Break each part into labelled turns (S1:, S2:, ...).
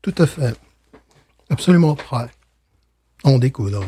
S1: Tout à fait. Absolument prêt. À en découdre.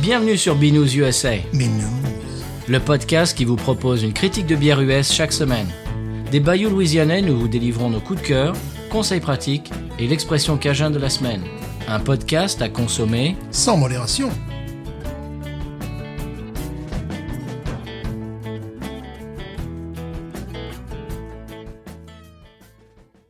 S2: Bienvenue sur Binous USA,
S1: Mais non.
S2: le podcast qui vous propose une critique de bière US chaque semaine. Des bayous louisianais, nous vous délivrons nos coups de cœur, conseils pratiques et l'expression cajun de la semaine. Un podcast à consommer.
S1: Sans modération.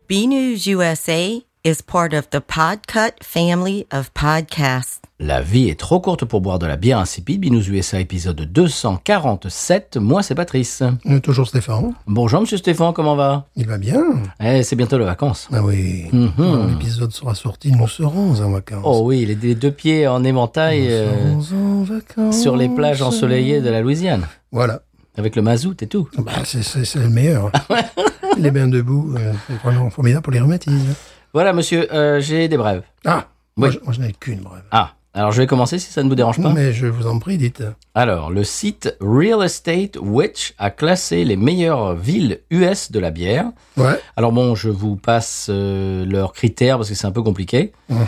S3: B News USA is part of the Podcut family of podcasts.
S2: La vie est trop courte pour boire de la bière insipide. Binous USA épisode 247. Moi, c'est Patrice.
S1: Euh, Toujours Stéphane.
S2: Bonjour, monsieur Stéphane, comment va
S1: Il va bien.
S2: Eh, c'est bientôt les vacances.
S1: Ah oui. Quand l'épisode sera sorti, nous serons en vacances.
S2: Mm-hmm. Oh oui, les, les deux pieds en émentail euh,
S1: Nous serons en vacances.
S2: sur les plages ensoleillées de la Louisiane,
S1: Voilà.
S2: avec le mazout et tout.
S1: Bah, c'est- c'est c'est le meilleur.
S2: Ah
S1: les bains debout, euh, c'est vraiment formidable pour les rhumatismes.
S2: Voilà, monsieur, euh, j'ai des brèves.
S1: Ah Moi,
S2: Oui.
S1: je, moi, je n'ai qu'une brève.
S2: Ah, alors je vais commencer si ça ne vous dérange pas.
S1: Mais je vous en prie, dites.
S2: Alors, le site Real Estate Witch a classé les meilleures villes US de la bière.
S1: Ouais. Ah,
S2: Alors bon, je vous passe euh, leurs critères parce que c'est un peu compliqué.
S1: Mhm.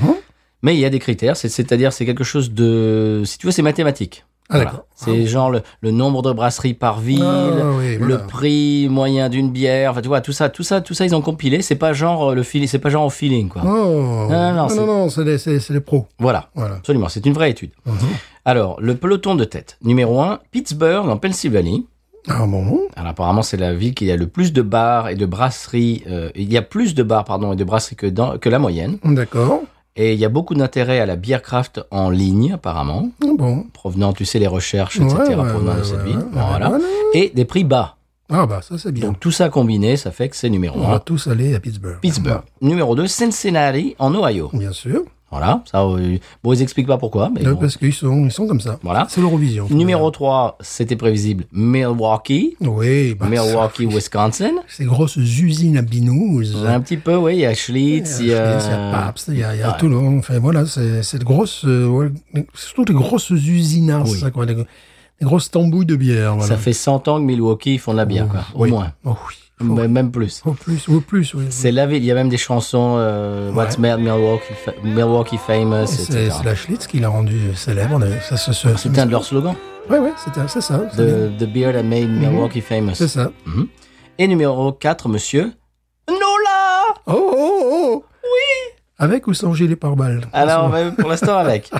S2: Mais il y a des critères, c'est- c'est-à-dire c'est quelque chose de... Si tu veux, c'est mathématique.
S1: Ah,
S2: Voilà.
S1: d'accord.
S2: C'est genre le, le nombre de brasseries par ville,
S1: Ah, oui, voilà.
S2: le prix moyen d'une bière, enfin tu vois, tout ça, tout ça, tout ça, ils ont compilé. C'est pas genre euh, le feeling, c'est pas genre au feeling quoi.
S1: Oh.
S2: non,
S1: non,
S2: c'est-
S1: non, non, c'est les, c'est- c'est les pros.
S2: Voilà.
S1: Voilà.
S2: Absolument, c'est une vraie étude.
S1: Mhm.
S2: Alors, le peloton de tête. Numéro 1, Pittsburgh, en Pennsylvanie.
S1: Ah bon
S2: Alors, apparemment, c'est la ville qui a le plus de bars et de brasseries. euh, il y a plus de bars, pardon, et de brasseries que, dans- que la moyenne.
S1: D'accord.
S2: Et il y a beaucoup d'intérêt à la bière craft en ligne, apparemment,
S1: Ah Bon.
S2: provenant, tu sais, les recherches,
S1: Ouais,
S2: etc.,
S1: ouais,
S2: provenant de
S1: ouais,
S2: cette
S1: ouais,
S2: ville.
S1: ouais,
S2: Bon, voilà.
S1: voilà.
S2: Et des prix bas.
S1: Ah bah ça c'est bien.
S2: Donc, tout ça combiné, ça fait que c'est numéro
S1: On va
S2: 1.
S1: tous aller à Pittsburgh.
S2: Pittsburgh. Numéro 2, Cincinnati, en Ohio.
S1: Bien sûr.
S2: Voilà. Ça, euh, bon, ils expliquent pas pourquoi, mais
S1: Euh,
S2: bon.
S1: Parce qu'ils sont, ils sont comme ça.
S2: Voilà.
S1: C'est l'Eurovision.
S2: Numéro 3, c'était prévisible, Milwaukee.
S1: Oui, bah,
S2: Milwaukee, Wisconsin.
S1: Ces grosses usines à binous. Ah,
S2: Un petit peu, oui, il y a Schlitz, il y a...
S1: Il y a Pabst, il y a, il y a
S2: Ouais.
S1: tout le monde. Enfin, voilà, c'est c'est de grosses, euh, ouais, surtout des grosses usines, hein,
S2: Oui.
S1: ça, quoi, des, des grosses tambouilles de bière. Voilà.
S2: Ça fait 100 ans que Milwaukee font de la bière, quoi. au
S1: Oui.
S2: moins,
S1: Oh, oui.
S2: Mais même plus.
S1: Au plus, au plus, oui.
S2: C'est la ville, il y a même des chansons, euh, What's Mad, Milwaukee, Fa- Milwaukee Famous,
S1: Et C'est
S2: etc.
S1: c'est la Schlitz qui l'a rendu célèbre. on a- Ça, ça, ça,
S2: C'est un de leurs slogans,
S1: Ouais, ouais, c'était- c'est ça. c'est bien.
S2: the, the Beer That Made Milwaukee
S1: C'est
S2: Famous.
S1: ça.
S2: Et numéro 4, monsieur... Nola
S1: Oh, oh, oh Oui Avec ou sans gilet pare-balles
S2: Alors, on va- pour l'instant, avec.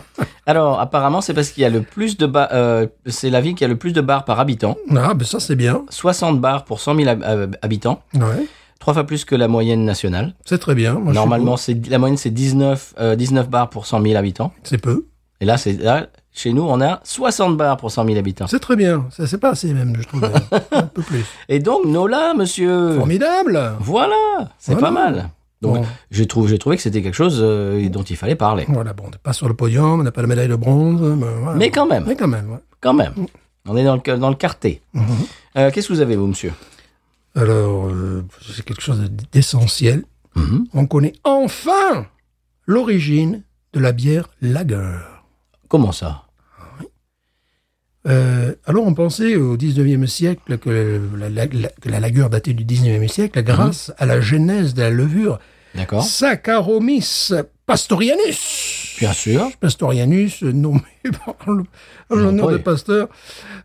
S2: Alors, apparemment, c'est parce qu'il y a le plus de bars... euh, c'est la ville qui a le plus de bars par habitant.
S1: Ah, ben ça, c'est bien.
S2: 60 bars pour 100 000 hab- euh, habitants.
S1: Ouais,
S2: Trois fois plus que la moyenne nationale.
S1: c'est très bien. Moi, je suis
S2: Normalement, c'est la moyenne, c'est 19, euh, 19 bars pour 100 000 habitants.
S1: pour. C'est peu.
S2: Et là, c'est là, chez nous, on a 60 bars pour 100 000 habitants.
S1: C'est très bien. Ça, C'est pas assez, même, je trouve. Un peu plus.
S2: Et donc, Nola, monsieur.
S1: Formidable
S2: Voilà, c'est
S1: Voilà.
S2: pas mal. Donc,
S1: Bon.
S2: j'ai trouvé, j'ai trouvé que c'était quelque chose euh, dont il fallait parler.
S1: Voilà, bon, on n'est pas sur le podium, on n'a pas la médaille de bronze. ben, voilà.
S2: Mais quand même,
S1: Mais quand même, ouais.
S2: quand même. On est dans le, dans le quarté.
S1: Mm-hmm.
S2: Euh, Qu'est-ce que vous avez, vous, monsieur
S1: Alors, euh, c'est quelque chose d'essentiel.
S2: Mhm.
S1: On connaît enfin l'origine de la bière lager.
S2: Comment ça
S1: Euh, alors, on pensait au 19e siècle que la, la- la- que la lagueur datait du 19e siècle grâce
S2: Hein.
S1: à la genèse de la levure
S2: D'accord
S1: Saccharomyces pastorianus.
S2: Bien sûr.
S1: Pastorianus, euh, nommé par le- en l'honneur de
S2: oui.
S1: Pasteur.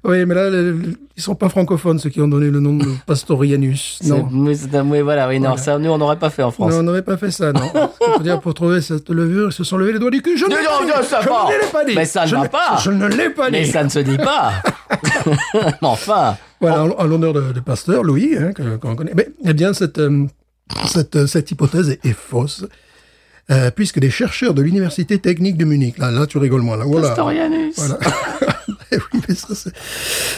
S1: Oui, mais là, le- le- ils sont pas francophones, ceux qui ont donné le nom de Pastorianus.
S2: C'est-
S1: Non.
S2: Mais, c'est un- mais voilà, oui, non, ça, nous, on n'aurait pas fait en France.
S1: Non, on n'aurait pas fait ça, non. Parce que pour, dire, pour trouver cette levure, ils se sont levés les doigts du cul. Je ne
S2: Mais
S1: l'ai
S2: non,
S1: pas dit.
S2: non, ça
S1: Je
S2: va.
S1: ne l'ai pas dit.
S2: Mais ça ne
S1: Je
S2: va
S1: ne-
S2: pas.
S1: Je ne l'ai pas
S2: Mais
S1: dit.
S2: ça ne se dit pas. Mais enfin.
S1: Voilà, en, en l'honneur de, de Pasteur, Louis, hein, que- qu'on connaît. Mais, eh bien, cette, euh, cette, euh, cette hypothèse est, est fausse, euh, puisque des chercheurs de l'Université technique de Munich, là, là tu rigoles moi, là, voilà.
S2: Pastorianus.
S1: Voilà. Eh oui, mais ça, c'est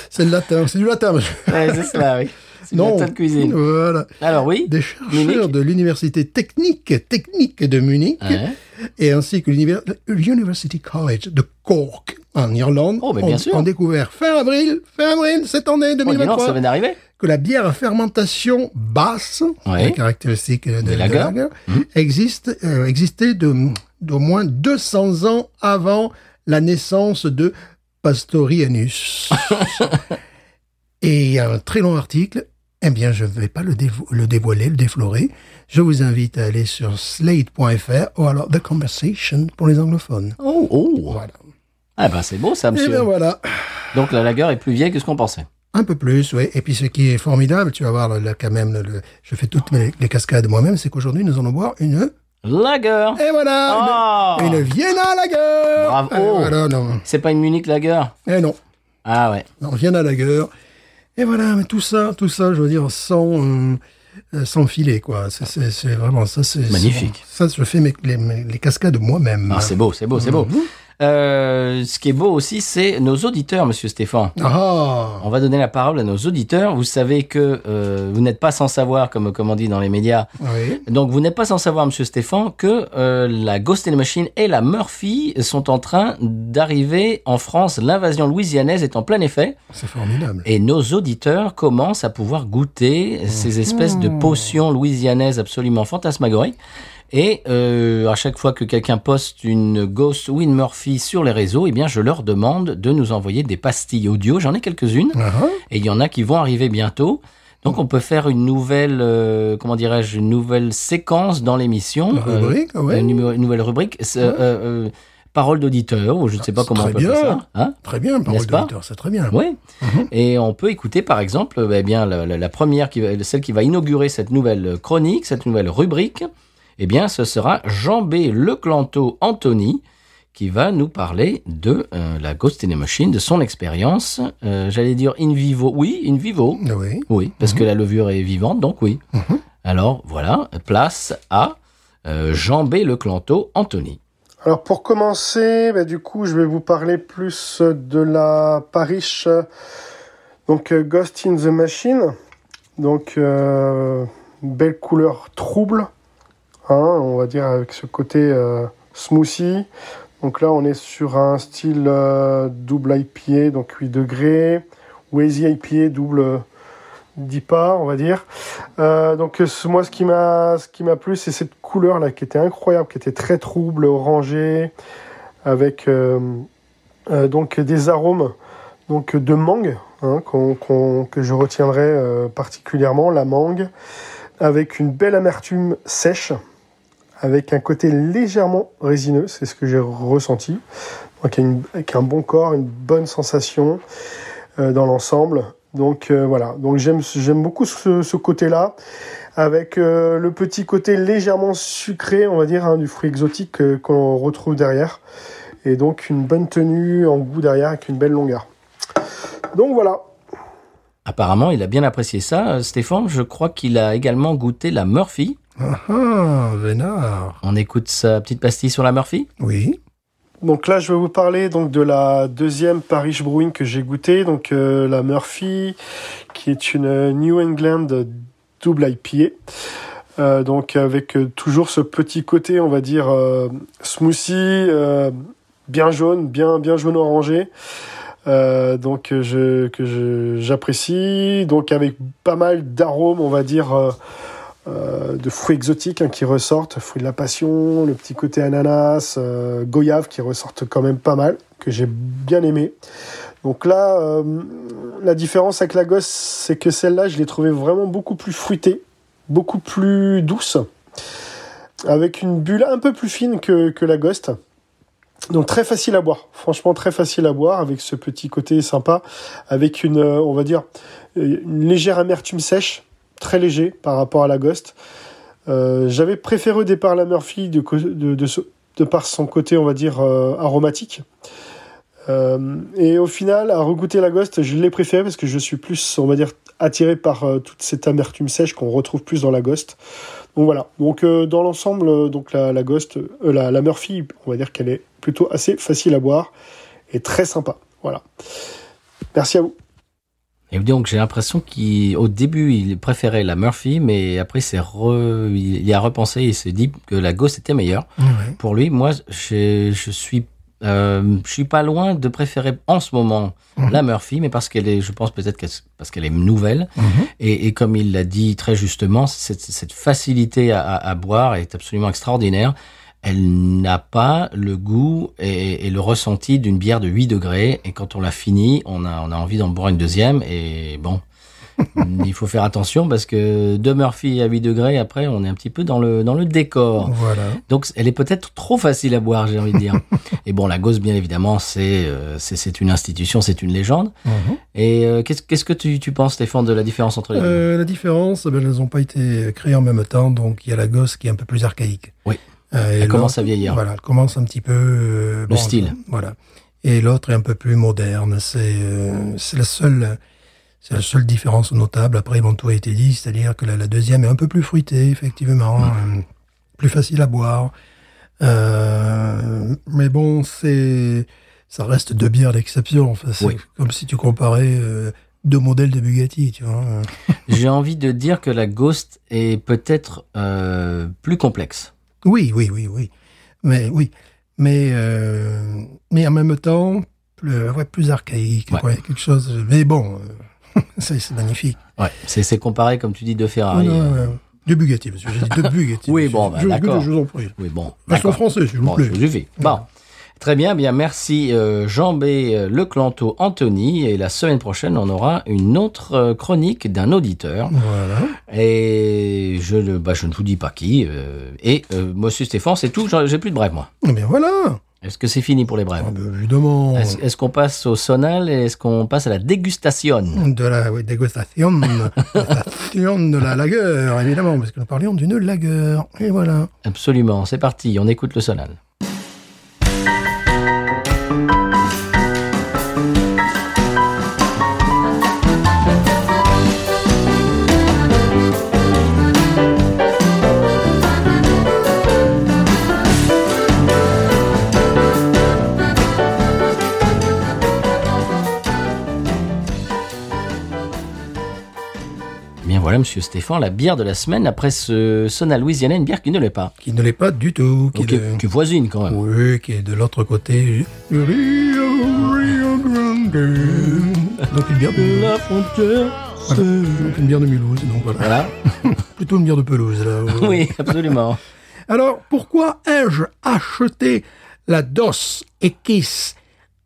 S1: c'est le latin, c'est du latin, monsieur.
S2: Ouais, c'est cela, oui. C'est une table cuisine.
S1: Voilà.
S2: Alors oui,
S1: Des chercheurs
S2: Munich.
S1: de l'université technique technique de Munich
S2: Ouais.
S1: et ainsi que l'univers- l'University College de Cork en Irlande
S2: Oh, mais
S1: ont,
S2: bien sûr.
S1: ont découvert fin avril, fin avril cette année
S2: Oh, dis donc,
S1: 2023
S2: ça vient d'arriver.
S1: que la bière à fermentation basse,
S2: Ouais.
S1: la caractéristique de,
S2: Des
S1: la
S2: lagers. Mhm.
S1: existe, euh, existait de, d'au moins 200 ans avant la naissance de Pastorianus. Et il y a un très long article. Eh bien, je ne vais pas le, dévo- le dévoiler, le déflorer. Je vous invite à aller sur slate.fr ou alors The Conversation pour les anglophones.
S2: Oh, oh.
S1: Voilà.
S2: Ah ben c'est beau ça,
S1: Et
S2: monsieur.
S1: bien Eh voilà.
S2: Donc la lagueur est plus vieille que ce qu'on pensait.
S1: Un peu plus, oui. Et puis ce qui est formidable, tu vas voir là, là, quand même, le- le- je fais toutes mes- les cascades moi-même, c'est qu'aujourd'hui nous allons boire une...
S2: Lagueur
S1: Et voilà
S2: Ah
S1: Eh ben, Une, une Vienna Lager
S2: Bravo.
S1: Et voilà, non.
S2: C'est pas une Munich lagueur
S1: Et non,
S2: Ah ouais.
S1: non, Vienna Lager. Et voilà, mais tout ça, tout ça, je veux dire, sans, euh, euh, sans filet, quoi. C'est- C'est c'est vraiment ça, c'est...
S2: Magnifique.
S1: c'est- Ça, je fais mes, les, mes- les cascades moi-même.
S2: Ah, c'est beau, c'est beau, c'est beau.
S1: Mm-hmm.
S2: Euh, ce qui est beau aussi, c'est nos auditeurs, monsieur Stéphane.
S1: Ah
S2: On va donner la parole à nos auditeurs. Vous savez que euh, vous n'êtes pas sans savoir, comme, comme on dit dans les médias.
S1: Oui.
S2: Donc, vous n'êtes pas sans savoir, monsieur Stéphane, que euh, la Ghost in the Machine et la Murphy sont en train d'arriver en France. L'invasion louisianaise est en plein effet.
S1: C'est formidable.
S2: Et nos auditeurs commencent à pouvoir goûter ces espèces de potions louisianaises absolument fantasmagoriques. Et euh, à chaque fois que quelqu'un poste une Ghost ou une Murphy sur les réseaux, eh bien, je leur demande de nous envoyer des pastilles audio. J'en ai quelques-unes
S1: Ah, ah.
S2: et il y en a qui vont arriver bientôt. Donc, on peut faire une nouvelle, euh, comment dirais-je, une nouvelle séquence dans l'émission. euh,
S1: Une rubrique, ouais.
S2: Une, numé- une nouvelle rubrique. c'est, euh, euh, parole d'auditeur, ou je ne sais pas
S1: c'est
S2: comment on
S1: très
S2: peut appeler
S1: bien. Ah Mhm.
S2: ça. Hein
S1: Très bien, parole
S2: N'est-ce pas
S1: d'auteur, c'est très bien.
S2: oui. Et on peut écouter, par exemple, euh, eh bien, la, la- la première, qui va- celle qui va inaugurer cette nouvelle chronique, cette nouvelle rubrique, eh bien, ce sera Jean B. Leclanto Anthony qui va nous parler de euh, la Ghost in the Machine, de son expérience. Euh, J'allais dire in vivo. Oui, in vivo.
S1: Oui.
S2: Oui, parce que la levure est vivante, donc oui. Alors, voilà, place à euh, Jean B. Leclanto Anthony.
S4: Alors pour commencer, bah, du coup, je vais vous parler plus de la Parish, euh, donc euh, Ghost in the Machine, donc euh, belle couleur trouble, hein, on va dire avec ce côté euh, smoothie. Donc là, on est sur un style euh, double IPA, donc 8 degrés, ou easy IPA double 10 pas, on va dire. Euh, donc euh, ce- moi, ce qui m'a, ce qui m'a plu, c'est cette couleur là qui était incroyable, qui était très trouble, orangée, avec euh, euh, donc des arômes donc de mangue hein, qu'on- qu'on- que je retiendrai euh, particulièrement la mangue, avec une belle amertume sèche, avec un côté légèrement résineux, c'est ce que j'ai ressenti. Donc il y a une- avec un bon corps, une bonne sensation euh, dans l'ensemble. Donc euh, voilà, donc j'aime j'aime beaucoup ce, ce côté-là, avec euh, le petit côté légèrement sucré, on va dire, hein, du fruit exotique euh, qu'on retrouve derrière, et donc une bonne tenue en goût derrière avec une belle longueur. Donc voilà.
S2: Apparemment, il a bien apprécié ça. Euh, Stéphane, je crois qu'il a également goûté la Murphy.
S1: Ah, ah, Vénard.
S2: On écoute sa petite pastille sur la Murphy
S1: Oui.
S4: Donc là, je vais vous parler donc de la deuxième Parish Brewing que j'ai goûtée, donc euh, la Murphy, qui est une euh, New England double IPA. Euh, donc avec euh, toujours ce petit côté, on va dire euh, smoothie, euh, bien jaune, bien bien jaune orangé. Euh, donc euh, je, que je- j'apprécie. Donc avec pas mal d'arômes, on va dire. euh, euh, de fruits exotiques hein, qui ressortent, fruits de la passion, le petit côté ananas, euh, goyave qui ressortent quand même pas mal, que j'ai bien aimé. Donc là, euh, la différence avec la gosse, c'est que celle-là, je l'ai trouvée vraiment beaucoup plus fruitée, beaucoup plus douce, avec une bulle un peu plus fine que, que la ghost. Donc très facile à boire, franchement très facile à boire, avec ce petit côté sympa, avec une, euh, on va dire, euh, une légère amertume sèche, très léger par rapport à la Ghost. Euh, J'avais préféré au départ la Murphy de, co- de, de, ce- de par son côté, on va dire, euh, aromatique. Euh, et au final, à regoûter la Ghost, je l'ai préférée parce que je suis plus, on va dire, attiré par euh, toute cette amertume sèche qu'on retrouve plus dans la Ghost. Donc voilà. Donc euh, dans l'ensemble, euh, donc la, la Ghost, euh, la, la Murphy, on va dire qu'elle est plutôt assez facile à boire et très sympa. Voilà. Merci à vous.
S2: Eh Et donc j'ai l'impression qu'au début il préférait la Murphy, mais après c'est re- il y a repensé, il s'est dit que la Ghost était meilleure.
S1: Ouais.
S2: Pour lui, moi je, je suis euh, je suis pas loin de préférer en ce moment la Murphy, mais parce qu'elle est, je pense peut-être qu'elle- parce qu'elle est nouvelle
S1: Mhm.
S2: et, et comme il l'a dit très justement, cette, cette facilité à, à- à boire est absolument extraordinaire. Elle n'a pas le goût et, et le ressenti d'une bière de 8 degrés. Et quand on l'a finie, on a, on a envie d'en boire une deuxième. Et bon, il faut faire attention parce que de Murphy à 8 degrés, après, on est un petit peu dans le, dans le décor.
S1: Voilà.
S2: Donc elle est peut-être trop facile à boire, j'ai envie de dire. et bon, la Gauze, bien évidemment, c'est euh, c'est- c'est une institution, c'est une légende.
S1: Mhm.
S2: Et euh, qu'est-ce qu'est-ce que tu, tu penses, Stéphane, de la différence entre les deux
S1: Euh, la différence, ben, elles n'ont pas été créées en même temps, donc il y a la gosse qui est un peu plus archaïque.
S2: Oui.
S1: Euh, et
S2: Elle commence
S1: l'autre-
S2: à vieillir.
S1: Voilà, elle commence un petit peu. euh,
S2: Le style.
S1: Voilà. Et l'autre est un peu plus moderne. C'est euh, c'est la seule. C'est la seule différence notable. Après, bon, tout a été dit, c'est-à-dire que la, la deuxième est un peu plus fruitée, effectivement, euh, plus facile à boire. Euh, mais bon, c'est ça reste deux bières d'exception. Enfin, c'est
S2: Oui.
S1: comme si tu comparais euh, deux modèles de Bugatti, tu vois. euh.
S2: J'ai envie de dire que la Ghost est peut-être euh, plus complexe.
S1: Oui, oui, oui, oui. Mais oui, mais euh, mais en même temps, plus, ouais, plus archaïque,
S2: Ouais.
S1: quoi, quelque chose. Mais bon, euh, c'est c'est magnifique.
S2: Ouais. C'est c'est comparé, comme tu dis, de Ferrari.
S1: Non, non, non, de Bugatti, monsieur. J'ai dit de Bugatti.
S2: Oui,
S1: monsieur.
S2: bon, bah,
S1: Je- je-
S2: d'accord.
S1: Je vous en prie.
S2: Oui, bon.
S1: Ils sont
S2: d'accord.
S1: français, s'il vous
S2: Bon,
S1: plaît.
S2: ça suffit. Bon. Très bien, bien merci euh, Jean B. euh, Leclanto Anthony. Et la semaine prochaine, on aura une autre euh, chronique d'un auditeur.
S1: Voilà.
S2: Et je ne, bah, je ne vous dis pas qui. euh, et euh, monsieur Stéphane, c'est tout. j'en- J'ai plus de brèves, moi.
S1: Eh bien voilà.
S2: Est-ce que c'est fini pour les brèves
S1: Ah, ben, évidemment.
S2: Est-ce est-ce qu'on passe au sonal et est-ce qu'on passe à la dégustation
S1: De la oui, dégustation, dégustation de la lagueur, évidemment, parce que nous parlions d'une lagueur. Et voilà.
S2: Absolument, c'est parti, on écoute le sonal. Eh Bien voilà, monsieur Stéphane, la bière de la semaine après ce sonal louisianais, une bière qui ne l'est pas.
S1: Qui ne l'est pas du tout. Qui
S2: Donc, Qui,
S1: ne-
S2: qui voisine quand même.
S1: Oui, qui est de l'autre côté. Rio, Rio Grande. Donc une bière de,
S2: frontière.
S1: voilà. Donc, une bière de Mulhouse. Donc voilà.
S2: Voilà.
S1: Plutôt une bière de pelouse. Là.
S2: Oui, absolument.
S1: Alors pourquoi ai-je acheté la DOS X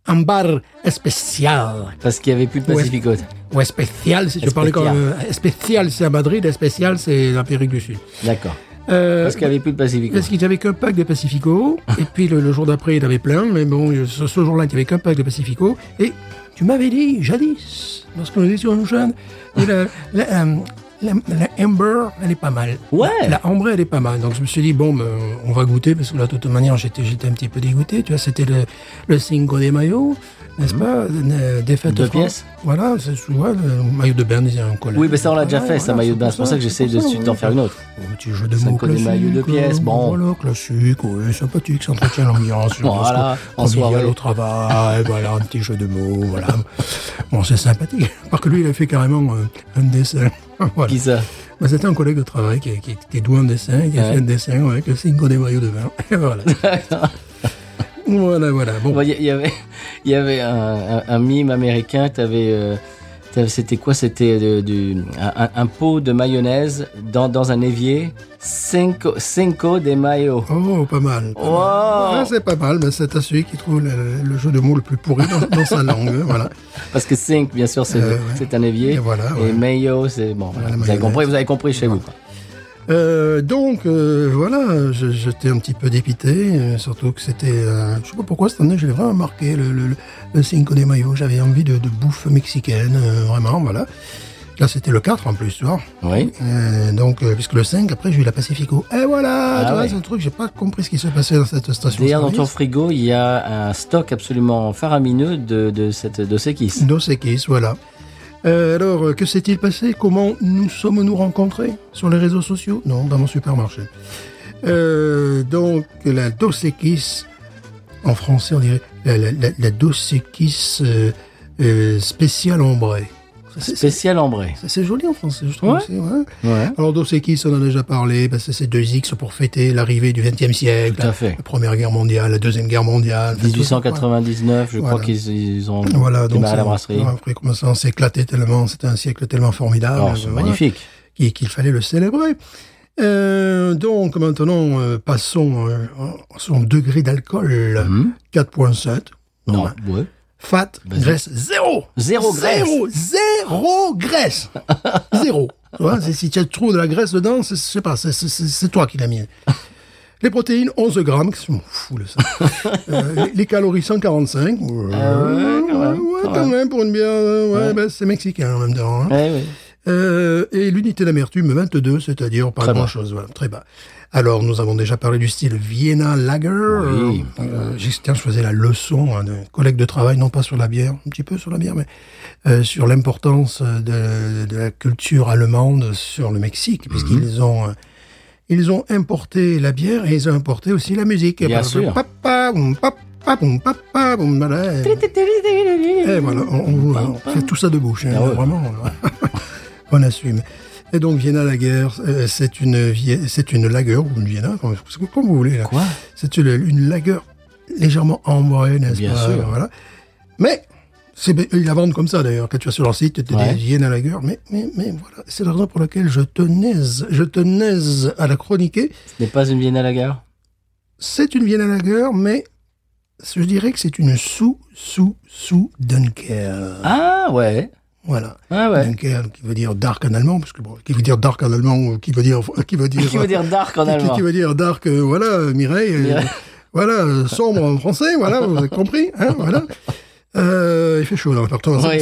S1: en bar spécial
S2: Parce qu'il n'y avait plus de Pacific Côte.
S1: Ou spécial, si tu
S2: Especial.
S1: parlais comme. euh, spécial, c'est à Madrid, spécial, c'est l'Amérique du Sud.
S2: D'accord.
S1: Euh,
S2: Parce qu'il n'y avait plus de Pacific
S1: Parce
S2: Côte.
S1: qu'il avait qu'un pack de Pacifico, et puis le, le jour d'après, il avait plein, mais bon, il- ce, ce jour-là, il n'y avait qu'un pack de Pacifico, et tu m'avais dit, jadis, lorsqu'on était sur une chaîne, et la, la, euh, la- la Amber, elle est pas mal.
S2: Ouais.
S1: La Amber, elle est pas mal. Donc je me suis dit, bon, ben, on va goûter, parce que là, de toute manière, j'étais j'étais un petit peu dégoûté, tu vois, c'était le, le Cinco de Mayo, n'est-ce pas, euh, des fêtes
S2: Mm-hmm. Deux
S1: de France.
S2: pièces.
S1: Voilà, c'est souvent le maillot de bain, c'est un collègue.
S2: Oui, mais ça, on l'a déjà fait, ça, maillot de bain. C'est pour ça
S1: Ah
S2: que
S1: c'est
S2: j'essaie de
S1: ça,
S2: suite d'en
S1: oui.
S2: faire une autre.
S1: Un petit jeu de
S2: Ça
S1: mots
S2: colle des
S1: classique.
S2: maillots de pièces,
S1: euh,
S2: bon.
S1: Voilà, classique, ouais, sympathique, ça entretient l'ambiance.
S2: Voilà, en
S1: en
S2: soirée.
S1: au travail, voilà, un petit jeu de mots, voilà. Bon, c'est sympathique. Par que lui, il a fait carrément euh, un dessin. voilà.
S2: Qui ça
S1: Bah, C'était un collègue de travail qui, qui était doué en dessin, qui a
S2: Ouais.
S1: fait un dessin avec le signe des maillots de bain. Et voilà. voilà, voilà. Bon,
S2: Bon, Il y, il y avait, il y avait un, un- un mime américain, t'avais. euh, t'avais- c'était quoi C'était de- du- un, un- un pot de mayonnaise dans, dans un évier. Cinco, cinco de mayo.
S1: Oh, pas mal. pas mal.
S2: Wow.
S1: Ah, c'est pas mal, mais c'est à celui qui trouve le, le jeu de mots le plus pourri dans, dans sa langue. hein, Voilà.
S2: Parce que cinq, bien sûr, c'est
S1: Euh, ouais.
S2: c'est un évier.
S1: Et voilà, ouais.
S2: mayo, c'est. Bon, voilà,
S1: la
S2: vous avez
S1: mayonnaise.
S2: compris, vous avez compris chez vous. quoi.
S1: Euh, donc, euh, voilà, je- j'étais un petit peu dépité, euh, surtout que c'était... euh, je sais pas pourquoi, cette année, j'ai vraiment marqué le, le, le Cinco de Mayo. J'avais envie de, de bouffe mexicaine, euh, vraiment, voilà. Là, c'était le 4 en plus, tu vois.
S2: Oui.
S1: Euh, donc, euh, puisque le 5, après, j'ai eu la Pacifico. Et voilà,
S2: Ah
S1: tu vois,
S2: ouais.
S1: c'est un truc, j'ai pas compris ce qui se passait dans cette station.
S2: D'ailleurs, dans ton
S1: service.
S2: frigo, il y a un stock absolument faramineux de, de cette de Sekis.
S1: Dos Equis, voilà. Euh, alors, euh, que s'est-il passé Comment nous sommes-nous rencontrés Sur les réseaux sociaux Non, dans mon supermarché. Euh, donc, la Dos Equis, en français, on dirait la, la, la, la Dos Equis, euh, euh, spéciale ambrée. Ça C'est- c'est-
S2: Spécial ambré.
S1: c'est- C'est joli en français, je trouve.
S2: Ouais.
S1: aussi, ouais.
S2: Ouais.
S1: Alors, Dosekis, on en a déjà parlé, parce que c'est deux X pour fêter l'arrivée du XXe siècle.
S2: Tout à fait.
S1: La Première Guerre mondiale, la Deuxième Guerre mondiale. enfin, tout-
S2: 1899, je crois
S1: Voilà.
S2: qu'ils ils ont
S1: ouais. Voilà, donc
S2: démarré la
S1: ça-
S2: brasserie.
S1: ouais, après, comment ça, on s'est éclaté tellement, c'était un siècle tellement formidable.
S2: Alors, Oh, Ah, c'est
S1: voilà,
S2: magnifique.
S1: qu'il qu'il fallait le célébrer. Euh, donc, maintenant, euh, passons euh, à son degré d'alcool, 4.7.
S2: Mhm. Non,
S1: Normal.
S2: ouais.
S1: Fat,
S2: Vas-y.
S1: graisse, zéro.
S2: Zéro graisse.
S1: Zéro, zéro graisse. zéro. Tu vois, c'est- si tu as trop de la graisse dedans, c'est- je sais pas, c'est- c'est- c'est c'est toi qui l'as mis. Les protéines, 11 grammes. Je m'en fous, le sang. Euh, les- les calories, 145. Ouais,
S2: Euh, Ah ouais, quand même,
S1: ouais,
S2: quand
S1: quand même, pour une bière. euh, Ouais, ben, c'est mexicain en même temps. hein.
S2: Ouais, ouais.
S1: Euh, et l'unité d'amertume 22, c'est-à-dire pas
S2: Très bas.
S1: grand-chose, voilà, très bas. Alors, nous avons déjà parlé du style Vienna Lager.
S2: Oui.
S1: Euh, euh, j'ai- tiens, je faisais la leçon hein, d'un collègue de travail, non pas sur la bière, un petit peu sur la bière, mais euh, sur l'importance euh, de, de la culture allemande sur le
S2: Mhm.
S1: Mexique, puisqu'ils ont... euh, ils ont importé la bière et ils ont importé aussi la musique.
S2: Bien
S1: Pa-
S2: sûr.
S1: pa- pa- boum, pa- pa- boum, pa- pa- boum, voilà. Et voilà, on, on- on fait tout ça de bouche, hein,
S2: Ah ouais.
S1: vraiment. on assume. Et donc Vienna Lager, euh, c'est une vie- c'est une lager ou une Vienna, comme, comme vous voulez. là.
S2: Quoi
S1: C'est une, une lager légèrement ambrée, n'est-ce
S2: Bien
S1: pas
S2: sûr.
S1: Voilà. Mais c'est bé- ils la vendent comme ça d'ailleurs. Quand tu vas sur leur site, tu
S2: Ouais.
S1: des Vienna Lager. Mais mais mais voilà, c'est la raison pour laquelle je tenais je tenais à la chroniquer.
S2: Ce n'est pas une Vienne à la gare
S1: C'est une Vienna Lager, mais je dirais que c'est une sous sous sous Dunker.
S2: Ah ouais.
S1: Voilà.
S2: Ah ouais.
S1: Dunkerque, euh, qui veut dire dark en allemand, parce que bon, qui veut dire dark en allemand, ou qui veut dire, qui veut dire,
S2: Qui veut dire dark en
S1: qui-
S2: allemand
S1: qui veut dire dark, euh, voilà, euh, Mireille, euh,
S2: Mireille.
S1: voilà, euh, sombre en français, voilà, vous avez compris, hein, voilà. Euh, il fait chaud dans le partout,
S2: Oui.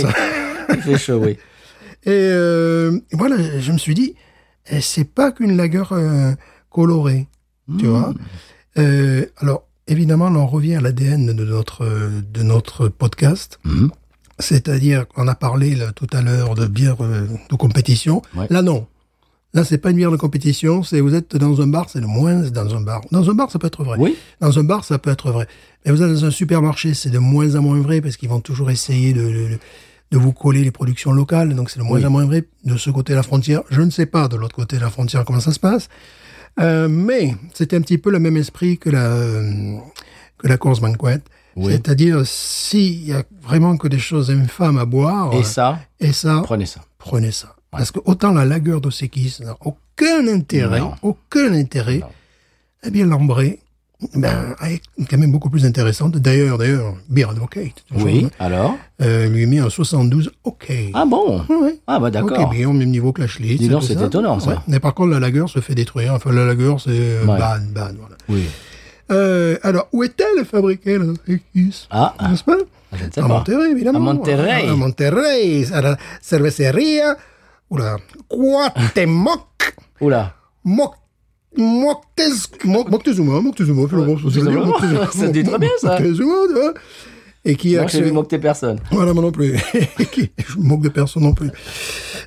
S2: Il fait chaud, oui.
S1: Et euh, voilà, je me suis dit, eh, c'est pas qu'une lagueur euh, colorée, tu vois.
S2: Hmm.
S1: Euh, alors, évidemment, là, on revient à l'ADN de notre, euh, de notre podcast.
S2: Mhm.
S1: C'est-à-dire qu'on a parlé là, tout à l'heure de bière euh, de compétition.
S2: Ouais.
S1: Là, non. Là, c'est pas une bière de compétition. C'est vous êtes dans un bar, c'est le moins dans un bar. Dans un bar, ça peut être vrai.
S2: Oui.
S1: Dans un bar, ça peut être vrai. Mais vous êtes dans un supermarché, c'est de moins en moins vrai parce qu'ils vont toujours essayer de, de, de vous coller les productions locales. Donc, c'est de moins
S2: Oui.
S1: en moins vrai de ce côté de la frontière. Je ne sais pas de l'autre côté de la frontière comment ça se passe. Euh, mais c'était un petit peu le même esprit que la, euh, que la course banquette.
S2: Oui.
S1: C'est-à-dire, s'il y a vraiment que des choses infâmes à boire,
S2: Et ça,
S1: et ça,
S2: prenez ça.
S1: prenez ça. Parce que autant la lagueur d'Osekis n'a aucun intérêt,
S2: Non.
S1: aucun intérêt,
S2: Non.
S1: eh bien l'ambrée, ben, est quand même beaucoup plus intéressante. D'ailleurs, d'ailleurs, Beer Advocate, toujours,
S2: Oui.
S1: hein,
S2: Alors
S1: euh, lui met un 72 OK.
S2: Ah bon
S1: Ouais.
S2: Ah bah d'accord.
S1: Hmm. Ok, bien, même niveau que la Schlitz.
S2: Dis donc,
S1: tout
S2: c'est étonnant, ça.
S1: Ouais. Mais par contre, la lagueur se fait détruire. Enfin, la lagueur, c'est euh,
S2: Ouais.
S1: ban, ban, voilà.
S2: Oui.
S1: Euh, alors, où est-elle fabriquée, la Osekis
S2: Ah, ah,
S1: N'est-ce pas
S2: je ne sais
S1: à
S2: pas.
S1: Monterrey, évidemment.
S2: À Monterrey.
S1: À Monterrey, à la cervecería, oula, Cuauhtémoc,
S2: Oula.
S1: Moc, Moctez, Moc- Moctezuma, Moctezuma, fais le bon, ça se dit,
S2: Moctezuma.
S1: Moctezuma.
S2: Ça se dit très bien, ça.
S1: Moctezuma, tu vois. Et qui
S2: Moi, j'ai vu
S1: accélère-
S2: moquer personne.
S1: voilà, moi non plus. Qui- je me moque de personne non plus.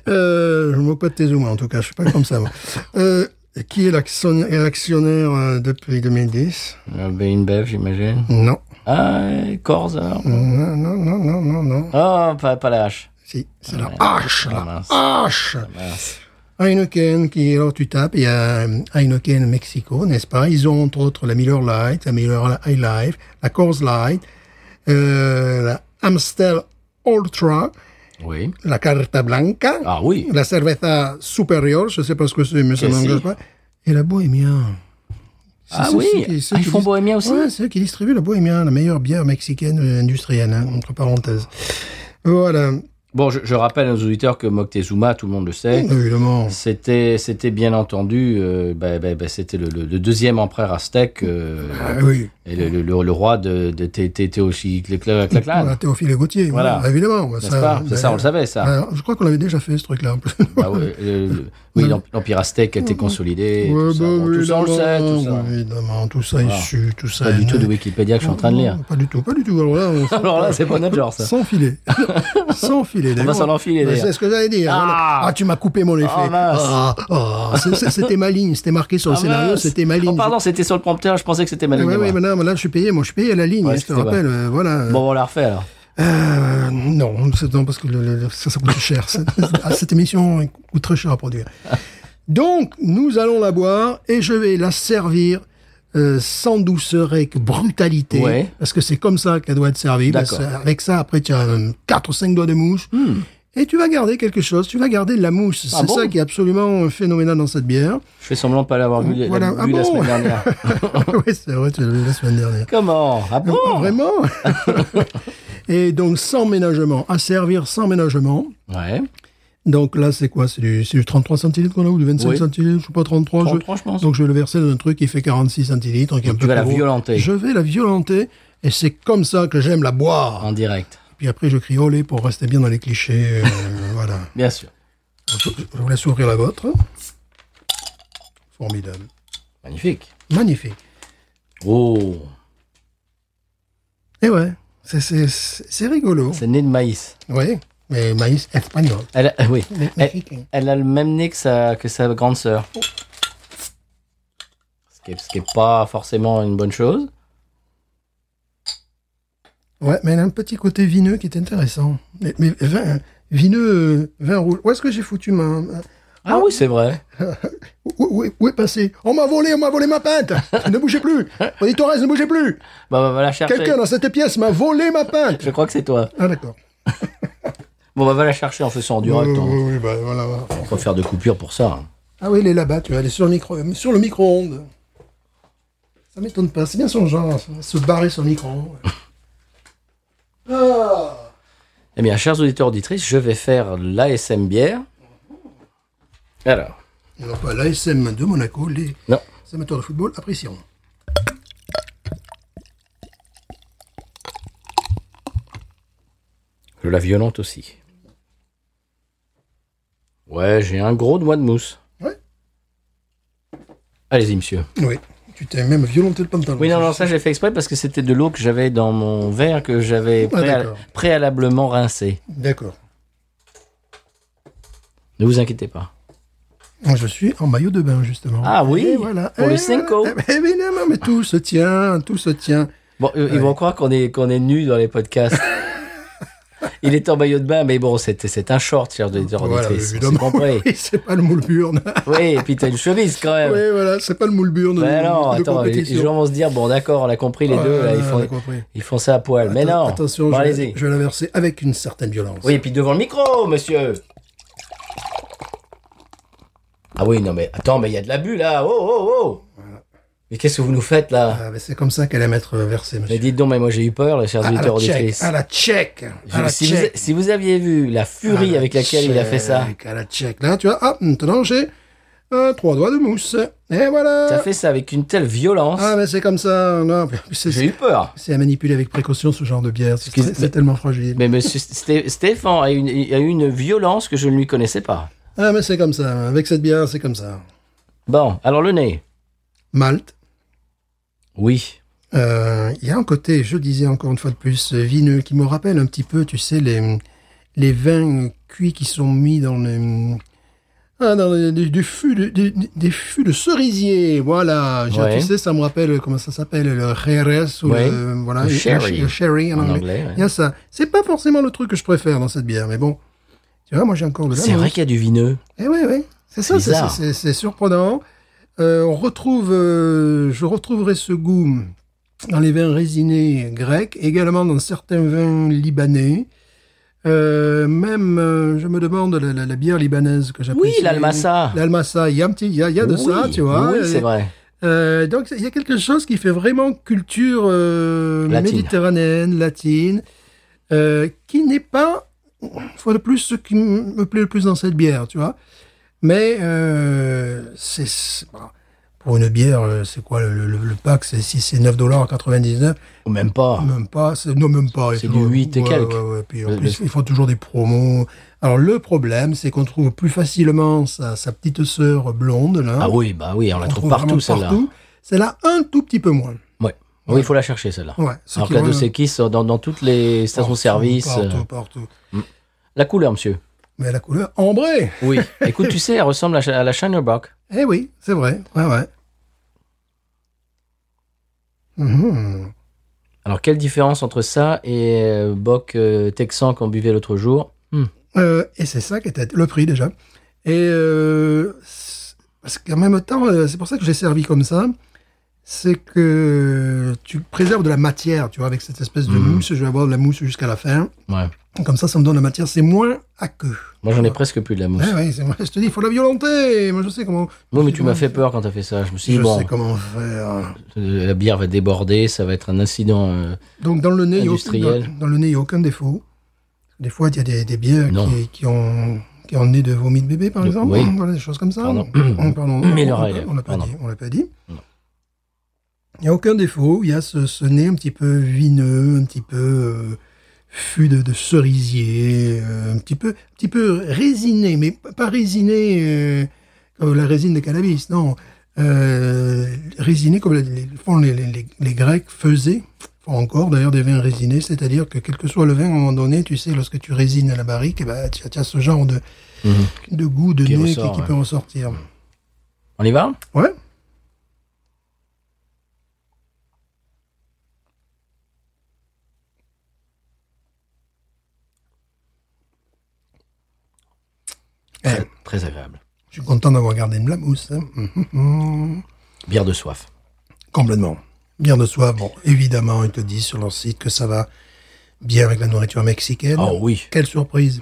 S1: Euh, je me moque pas de tes humains, en tout cas. Je suis pas comme ça, moi. Euh, qui est l'action- est l'actionnaire euh, depuis 2010
S2: Euh, ben, une bève, j'imagine.
S1: Non.
S2: Ah, Corse, alors.
S1: Non, non, non, non, non, non.
S2: Oh, pas, pas la hache.
S1: Si, c'est la hache,
S2: Ah,
S1: la
S2: mince.
S1: hache
S2: Mince.
S1: Heineken, qui alors tu tapes, il y a euh, Heineken Mexico, n'est-ce pas Ils ont entre autres la Miller Light, la Miller High Life, la Coors Light, euh, la Amstel Ultra,
S2: Oui.
S1: la Carta Blanca,
S2: Ah oui.
S1: la Cerveza Superior, je sais pas ce que c'est, mais ça
S2: Que
S1: m'engage
S2: si.
S1: pas, et la Bohemia. C'est
S2: Ah
S1: ceux-
S2: oui.
S1: ceux qui- ceux
S2: Ah, ils
S1: qui
S2: font
S1: dis-
S2: Bohemia aussi
S1: Ouais, c'est eux qui distribuent la Bohemia, la meilleure bière mexicaine euh, industrielle, hein, entre parenthèses. Voilà,
S2: Bon, je, je rappelle aux auditeurs que Moctezuma, tout le monde le sait,
S1: Mm. évidemment.
S2: c'était, c'était bien entendu, euh, bah, bah, bah, c'était le, le- le deuxième empereur aztèque euh,
S1: Ah oui.
S2: et le, le- le- le roi de, de Té- Té- Téochiclaclan.
S1: Voilà, Théophile et Gauthier.
S2: Ah. Voilà.
S1: Voilà. Évidemment.
S2: N'est-ce pas C'est ça, on le savait, ça.
S1: Alors, je crois qu'on avait déjà fait ce truc-là. en plus.
S2: Bah ouais, euh, le- oui, l'em- l'empire aztèque a été consolidé. et
S1: Ouais,
S2: tout ça.
S1: bah,
S2: Bon, tout ça, on le sait.
S1: évidemment, bah,
S2: Tout ça.
S1: Évidemment, tout ça est su, tout ça
S2: Pas
S1: est
S2: du tout de
S1: net.
S2: Wikipédia que je suis en train de lire.
S1: Pas du tout, pas du tout. Alors là, on-
S2: Alors là, c'est pas notre genre, ça.
S1: Sans filet. sans filet,
S2: va
S1: d'accord.
S2: s'en enfiler,
S1: Bah,
S2: d'ailleurs.
S1: C'est ce que j'allais dire.
S2: Ah.
S1: voilà. tu m'as coupé mon effet.
S2: mince.
S1: Ah, ah. C'est- c'est- C'était ma ligne, c'était marqué sur le
S2: Ah,
S1: scénario,
S2: mince.
S1: c'était ma ligne.
S2: Oh, pardon, c'était sur le prompteur, je pensais que c'était ma
S1: Oui,
S2: ligne.
S1: oui,
S2: moi.
S1: mais là, là, je suis payé, moi, je suis payé à la ligne,
S2: Ouais,
S1: je te
S2: excusez-moi.
S1: rappelle, euh, voilà.
S2: Bon, on la refait alors.
S1: Euh, non, c'est non, parce que le- le- ça, ça coûte cher. Ça- ah, cette émission elle coûte très cher à produire. Donc, nous allons la boire et je vais la servir euh, sans douceur avec brutalité.
S2: Ouais.
S1: Parce que c'est comme ça qu'elle doit être servie.
S2: D'accord. Hmm.
S1: Parce que avec ça, après, tu as 4 ou 5 doigts de mousse. Et tu vas garder quelque chose. Tu vas garder de la mousse.
S2: Ah
S1: c'est
S2: bon
S1: ça qui est absolument phénoménal dans cette bière.
S2: Je fais semblant de pas l'avoir vu,
S1: Voilà. Ah
S2: vu la
S1: bon
S2: semaine dernière.
S1: oui, c'est vrai, tu l'as vu la semaine dernière.
S2: Comment Ah bon
S1: Ah, Vraiment Et donc, sans ménagement. À servir sans ménagement.
S2: Ouais.
S1: Donc là, c'est quoi C'est du, c'est du 33 centilitres qu'on a ou du 25
S2: Oui.
S1: centilitres Je sais pas, 33.
S2: 33, je pense.
S1: Donc je vais le verser dans un truc qui fait 46 centilitres. qui est un
S2: tu
S1: peu
S2: vas la
S1: plus gros.
S2: violenter.
S1: Je vais la violenter. Et c'est comme ça que j'aime la boire.
S2: En direct,
S1: Puis après, je crie olé pour rester bien dans les clichés. euh, voilà.
S2: bien sûr.
S1: Je vous laisse ouvrir la vôtre. Formidable.
S2: Magnifique.
S1: Magnifique.
S2: Oh,
S1: Et Eh ouais, c'est- c'est c'est- c'est rigolo.
S2: c'est né de maïs.
S1: Oui, mais maïs espagnol.
S2: Elle a, oui. Elle,
S1: Mexicain.
S2: elle a le même nez que sa, que sa grande sœur. Ce qui n'est pas forcément une bonne chose.
S1: Ouais, mais elle a un petit côté vineux qui est intéressant. Mais, mais vin, vineux, euh, vin rouge. Où est-ce que j'ai foutu ma. ma-
S2: Ah oui, c'est vrai.
S1: Où, où- où est- où est passé On m'a volé, on m'a volé ma pinte Ne bougez plus Tony Torres, ne bougez plus
S2: Bah, bah, va la chercher.
S1: Quelqu'un dans cette pièce m'a volé ma pinte
S2: Je crois que c'est toi.
S1: Ah, d'accord.
S2: Bon, bah, va la chercher en faisant en
S1: Oui,
S2: direct. hein.
S1: oui, oui, bah, voilà. voilà.
S2: On peut faire de coupure pour ça. hein.
S1: Ah oui, elle est là-bas, tu vois, elle est sur le micro, euh, sur le micro-ondes. Ça m'étonne pas, c'est bien son genre, ça, se barrer sur le micro-ondes. Ah
S2: Eh bien, chers auditeurs auditrices, je vais faire l'ASM bière. Alors,
S1: Non, pas l'ASM de Monaco, les
S2: non.
S1: amateurs de football apprécieront.
S2: Je la violente aussi. Ouais, j'ai un gros doigt de mousse.
S1: Ouais.
S2: Allez-y, monsieur.
S1: Oui, tu t'es même violenté le pantalon.
S2: Oui, non, non, ça j'ai fait exprès parce que c'était de l'eau que j'avais dans mon verre que j'avais
S1: Ah,
S2: préa-
S1: d'accord.
S2: préalablement rincé.
S1: D'accord.
S2: Ne vous inquiétez pas.
S1: Je suis en maillot de bain, justement.
S2: Ah oui,
S1: Et voilà.
S2: pour le
S1: Eh,
S2: Cinco.
S1: eh, eh, Évidemment, mais tout se tient, tout se tient.
S2: Bon, eux, ils vont croire qu'on est, qu'on est nus dans les podcasts. Il est en maillot de bain, mais bon, c'était- c'est un short, cher auditeur
S1: Voilà,
S2: auditrice. On s'est
S1: évidemment.
S2: compris. Ah
S1: Oui, c'est pas le moule burne.
S2: Oui, et puis t'as une chemise quand même.
S1: oui, voilà, c'est pas le moule burne.
S2: Ouais,
S1: de,
S2: non,
S1: de
S2: attends, les,
S1: compétition.
S2: les gens vont se dire, bon, d'accord, on l'a compris, les
S1: Ouais,
S2: deux, là, ils,
S1: ouais, on a
S2: font,
S1: compris.
S2: ils font ça à poil. mais
S1: Atten-
S2: non,
S1: Attention,
S2: bon,
S1: je,
S2: allez-y.
S1: vais, je vais la verser avec une certaine violence.
S2: Oui, et puis devant le micro, monsieur. Ah oui, non, mais attends, mais il y a de l'abus là. Oh, oh, oh. Mais qu'est-ce que vous nous faites là
S1: Ah, mais c'est comme ça qu'elle aime être versée,
S2: Mais
S1: monsieur.
S2: dites donc, mais moi j'ai eu peur, les chers
S1: Ah, À
S2: auditeurs
S1: la tchèque,
S2: auditrices.
S1: à la tchèque, à
S2: Je-
S1: la
S2: si, vous,
S1: tchèque.
S2: si vous aviez vu la furie
S1: à la
S2: avec laquelle il a fait ça,
S1: tchèque, À la tchèque, là, tu vois. Ah, maintenant j'ai euh, trois doigts de mousse. Et voilà.
S2: ça fait ça avec une telle violence,
S1: Ah, mais c'est comme ça. Non, c'est-
S2: j'ai eu peur.
S1: C'est à manipuler avec précaution ce genre de bière. C'est
S2: Excusez-
S1: très- c'est tellement fragile.
S2: Mais monsieur Sté- Stéphane a eu une, a eu une violence que je ne lui connaissais pas.
S1: Ah, mais c'est comme ça. Avec cette bière, c'est comme ça.
S2: Bon, alors le nez.
S1: Malte.
S2: Oui.
S1: Euh, Il y a un côté, je disais encore une fois de plus, euh, vineux, qui me rappelle un petit peu, tu sais, les, les vins cuits qui sont mis dans le... Ah, dans le- du, du fût de, du- des fûts de cerisier, voilà. Je-
S2: Ouais.
S1: Tu sais, ça me rappelle, comment ça s'appelle, le Jerez ou
S2: Ouais.
S1: le, voilà,
S2: Le sherry.
S1: le sherry en,
S2: En
S1: anglais.
S2: anglais, ouais.
S1: Il y a ça. C'est pas forcément le truc que je préfère dans cette bière, mais bon. Tu vois, moi j'ai encore de la
S2: C'est
S1: mousse.
S2: vrai qu'il y a du vineux.
S1: Eh oui, oui. C'est ça, c'est-
S2: bizarre.
S1: c'est- c'est surprenant. Euh, on retrouve, euh, je retrouverai ce goût dans les vins résinés grecs, également dans certains vins libanais. Euh, même, euh, je me demande, la, la- la bière libanaise que j'apprécie.
S2: Oui, l'almassa.
S1: L'almassa, il y a un petit, il y a, il y a de
S2: oui,
S1: ça, tu vois.
S2: Oui,
S1: Euh,
S2: c'est vrai.
S1: euh, donc, il y a quelque chose qui fait vraiment culture euh,
S2: Latine.
S1: méditerranéenne, latine, euh, qui n'est pas, une fois de plus, ce qui m- me plaît le plus dans cette bière, tu vois. Mais euh, c'est- c'est- bon, pour une bière, euh, c'est quoi le, le- le pack c'est, Si c'est 9,99$,
S2: Ou même pas.
S1: même pas, c'est, non, même pas.
S2: Ah. C'est
S1: Et
S2: du
S1: puis,
S2: 8 et
S1: ouais,
S2: quelques.
S1: ouais, ouais. Puis, en
S2: Le-
S1: plus, ils font toujours des promos. Alors, le problème, c'est qu'on trouve plus facilement sa, sa petite sœur blonde, là.
S2: Ah oui, bah oui, on la
S1: On
S2: trouve
S1: trouve vraiment
S2: partout celle-là.
S1: partout. Celle-là, un tout petit peu moins.
S2: Ouais. Oui, il faut la chercher celle-là.
S1: Ouais, ceux
S2: Alors
S1: qui
S2: que la
S1: ont
S2: Dos
S1: un-
S2: Equis, euh, dans, dans toutes les
S1: Oh, Partout,
S2: stations-service. euh,
S1: Partout, partout.
S2: La couleur, monsieur.
S1: Mais la couleur ambrée.
S2: Oui. Écoute, tu sais, elle ressemble à, la- à la Shinerbach.
S1: Eh oui, c'est vrai. Ouais, ouais. Mhm.
S2: Ah Alors, quelle différence entre ça et euh, Bock euh, texan qu'on buvait l'autre jour Hmm,
S1: Euh, et c'est ça qui était le prix déjà. Et euh, c'est- parce qu'en même temps, euh, c'est pour ça que j'ai servi comme ça. C'est que tu préserves de la matière, tu vois, avec cette espèce de
S2: Mhm.
S1: mousse. Je vais avoir de la mousse jusqu'à la fin.
S2: Ouais.
S1: Comme ça, ça me donne la matière. C'est moins aqueux.
S2: Moi, j'en ai presque plus de la mousse.
S1: Eh Ouais, ouais, c'est moi. Je te dis, il faut la violenter. Moi, je sais comment.
S2: Moi, mais tu m'as fait peur quand t'as fait ça. Je me suis dit,
S1: Je
S2: bon,
S1: sais comment faire.
S2: euh, la bière va déborder, ça va être un incident. euh,
S1: Donc dans le nez, il y a aucun-
S2: Industriel.
S1: dans, dans le nez, il n'y a aucun défaut. Des fois, il y a des, des bières
S2: Non.
S1: qui, qui ont qui ont le nez de vomi de bébé, par
S2: De-
S1: exemple.
S2: oui.
S1: Voilà, des choses comme ça.
S2: Pardon.
S1: On, pardon,
S2: Mais
S1: on-
S2: leur
S1: on-
S2: élève,
S1: on l'a pas
S2: pardon.
S1: dit. On l'a pas dit.
S2: Non.
S1: Il n'y a aucun défaut. Il y a ce, ce nez un petit peu vineux, un petit peu euh, fût de, de cerisier, euh, un petit peu, un petit peu résiné, mais p- pas résiné euh, comme la résine de cannabis, non. Euh, résiné comme les- les, font les, les- les- les Grecs faisaient, font encore d'ailleurs des vins résinés, c'est-à-dire que quel que soit le vin, à un moment donné, tu sais, lorsque tu résines à la barrique, eh ben, tu, as- tu as ce genre de,
S2: Mhm.
S1: de goût, de
S2: Qui
S1: nez
S2: ressort,
S1: qui, qui
S2: ouais.
S1: peut ressortir.
S2: On y va
S1: Ouais. Eh.
S2: très, très agréable.
S1: Je suis content d'avoir gardé une blamousse. hein. Mhm, mhm.
S2: Bière de soif.
S1: Complètement. Bière de soif, bon, évidemment, ils te disent sur leur site que ça va bien avec la nourriture mexicaine.
S2: Oh oui.
S1: Quelle surprise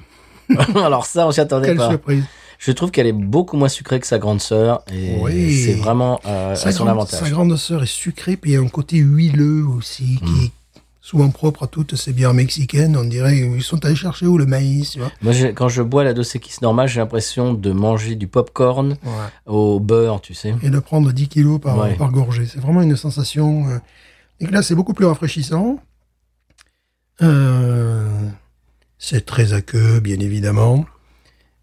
S2: Alors ça, on s'y attendait
S1: Quelle
S2: pas.
S1: surprise
S2: Je trouve qu'elle est beaucoup moins sucrée que sa grande sœur et
S1: Oui.
S2: c'est vraiment euh, à
S1: sa,
S2: son
S1: grande,
S2: avantage.
S1: sa grande sœur est sucrée, puis il y a un côté huileux aussi,
S2: Hmm.
S1: qui est souvent propre à toutes ces bières mexicaines. On dirait, ils sont allés chercher où le maïs, tu vois
S2: Moi, j'ai- quand je bois la Dos Equis normale, j'ai l'impression de manger du popcorn au beurre, tu sais.
S1: et de prendre 10 kilos par,
S2: Ouais.
S1: par gorgée. C'est vraiment une sensation. euh, Et que là, c'est beaucoup plus rafraîchissant. Euh, c'est très aqueux, bien évidemment.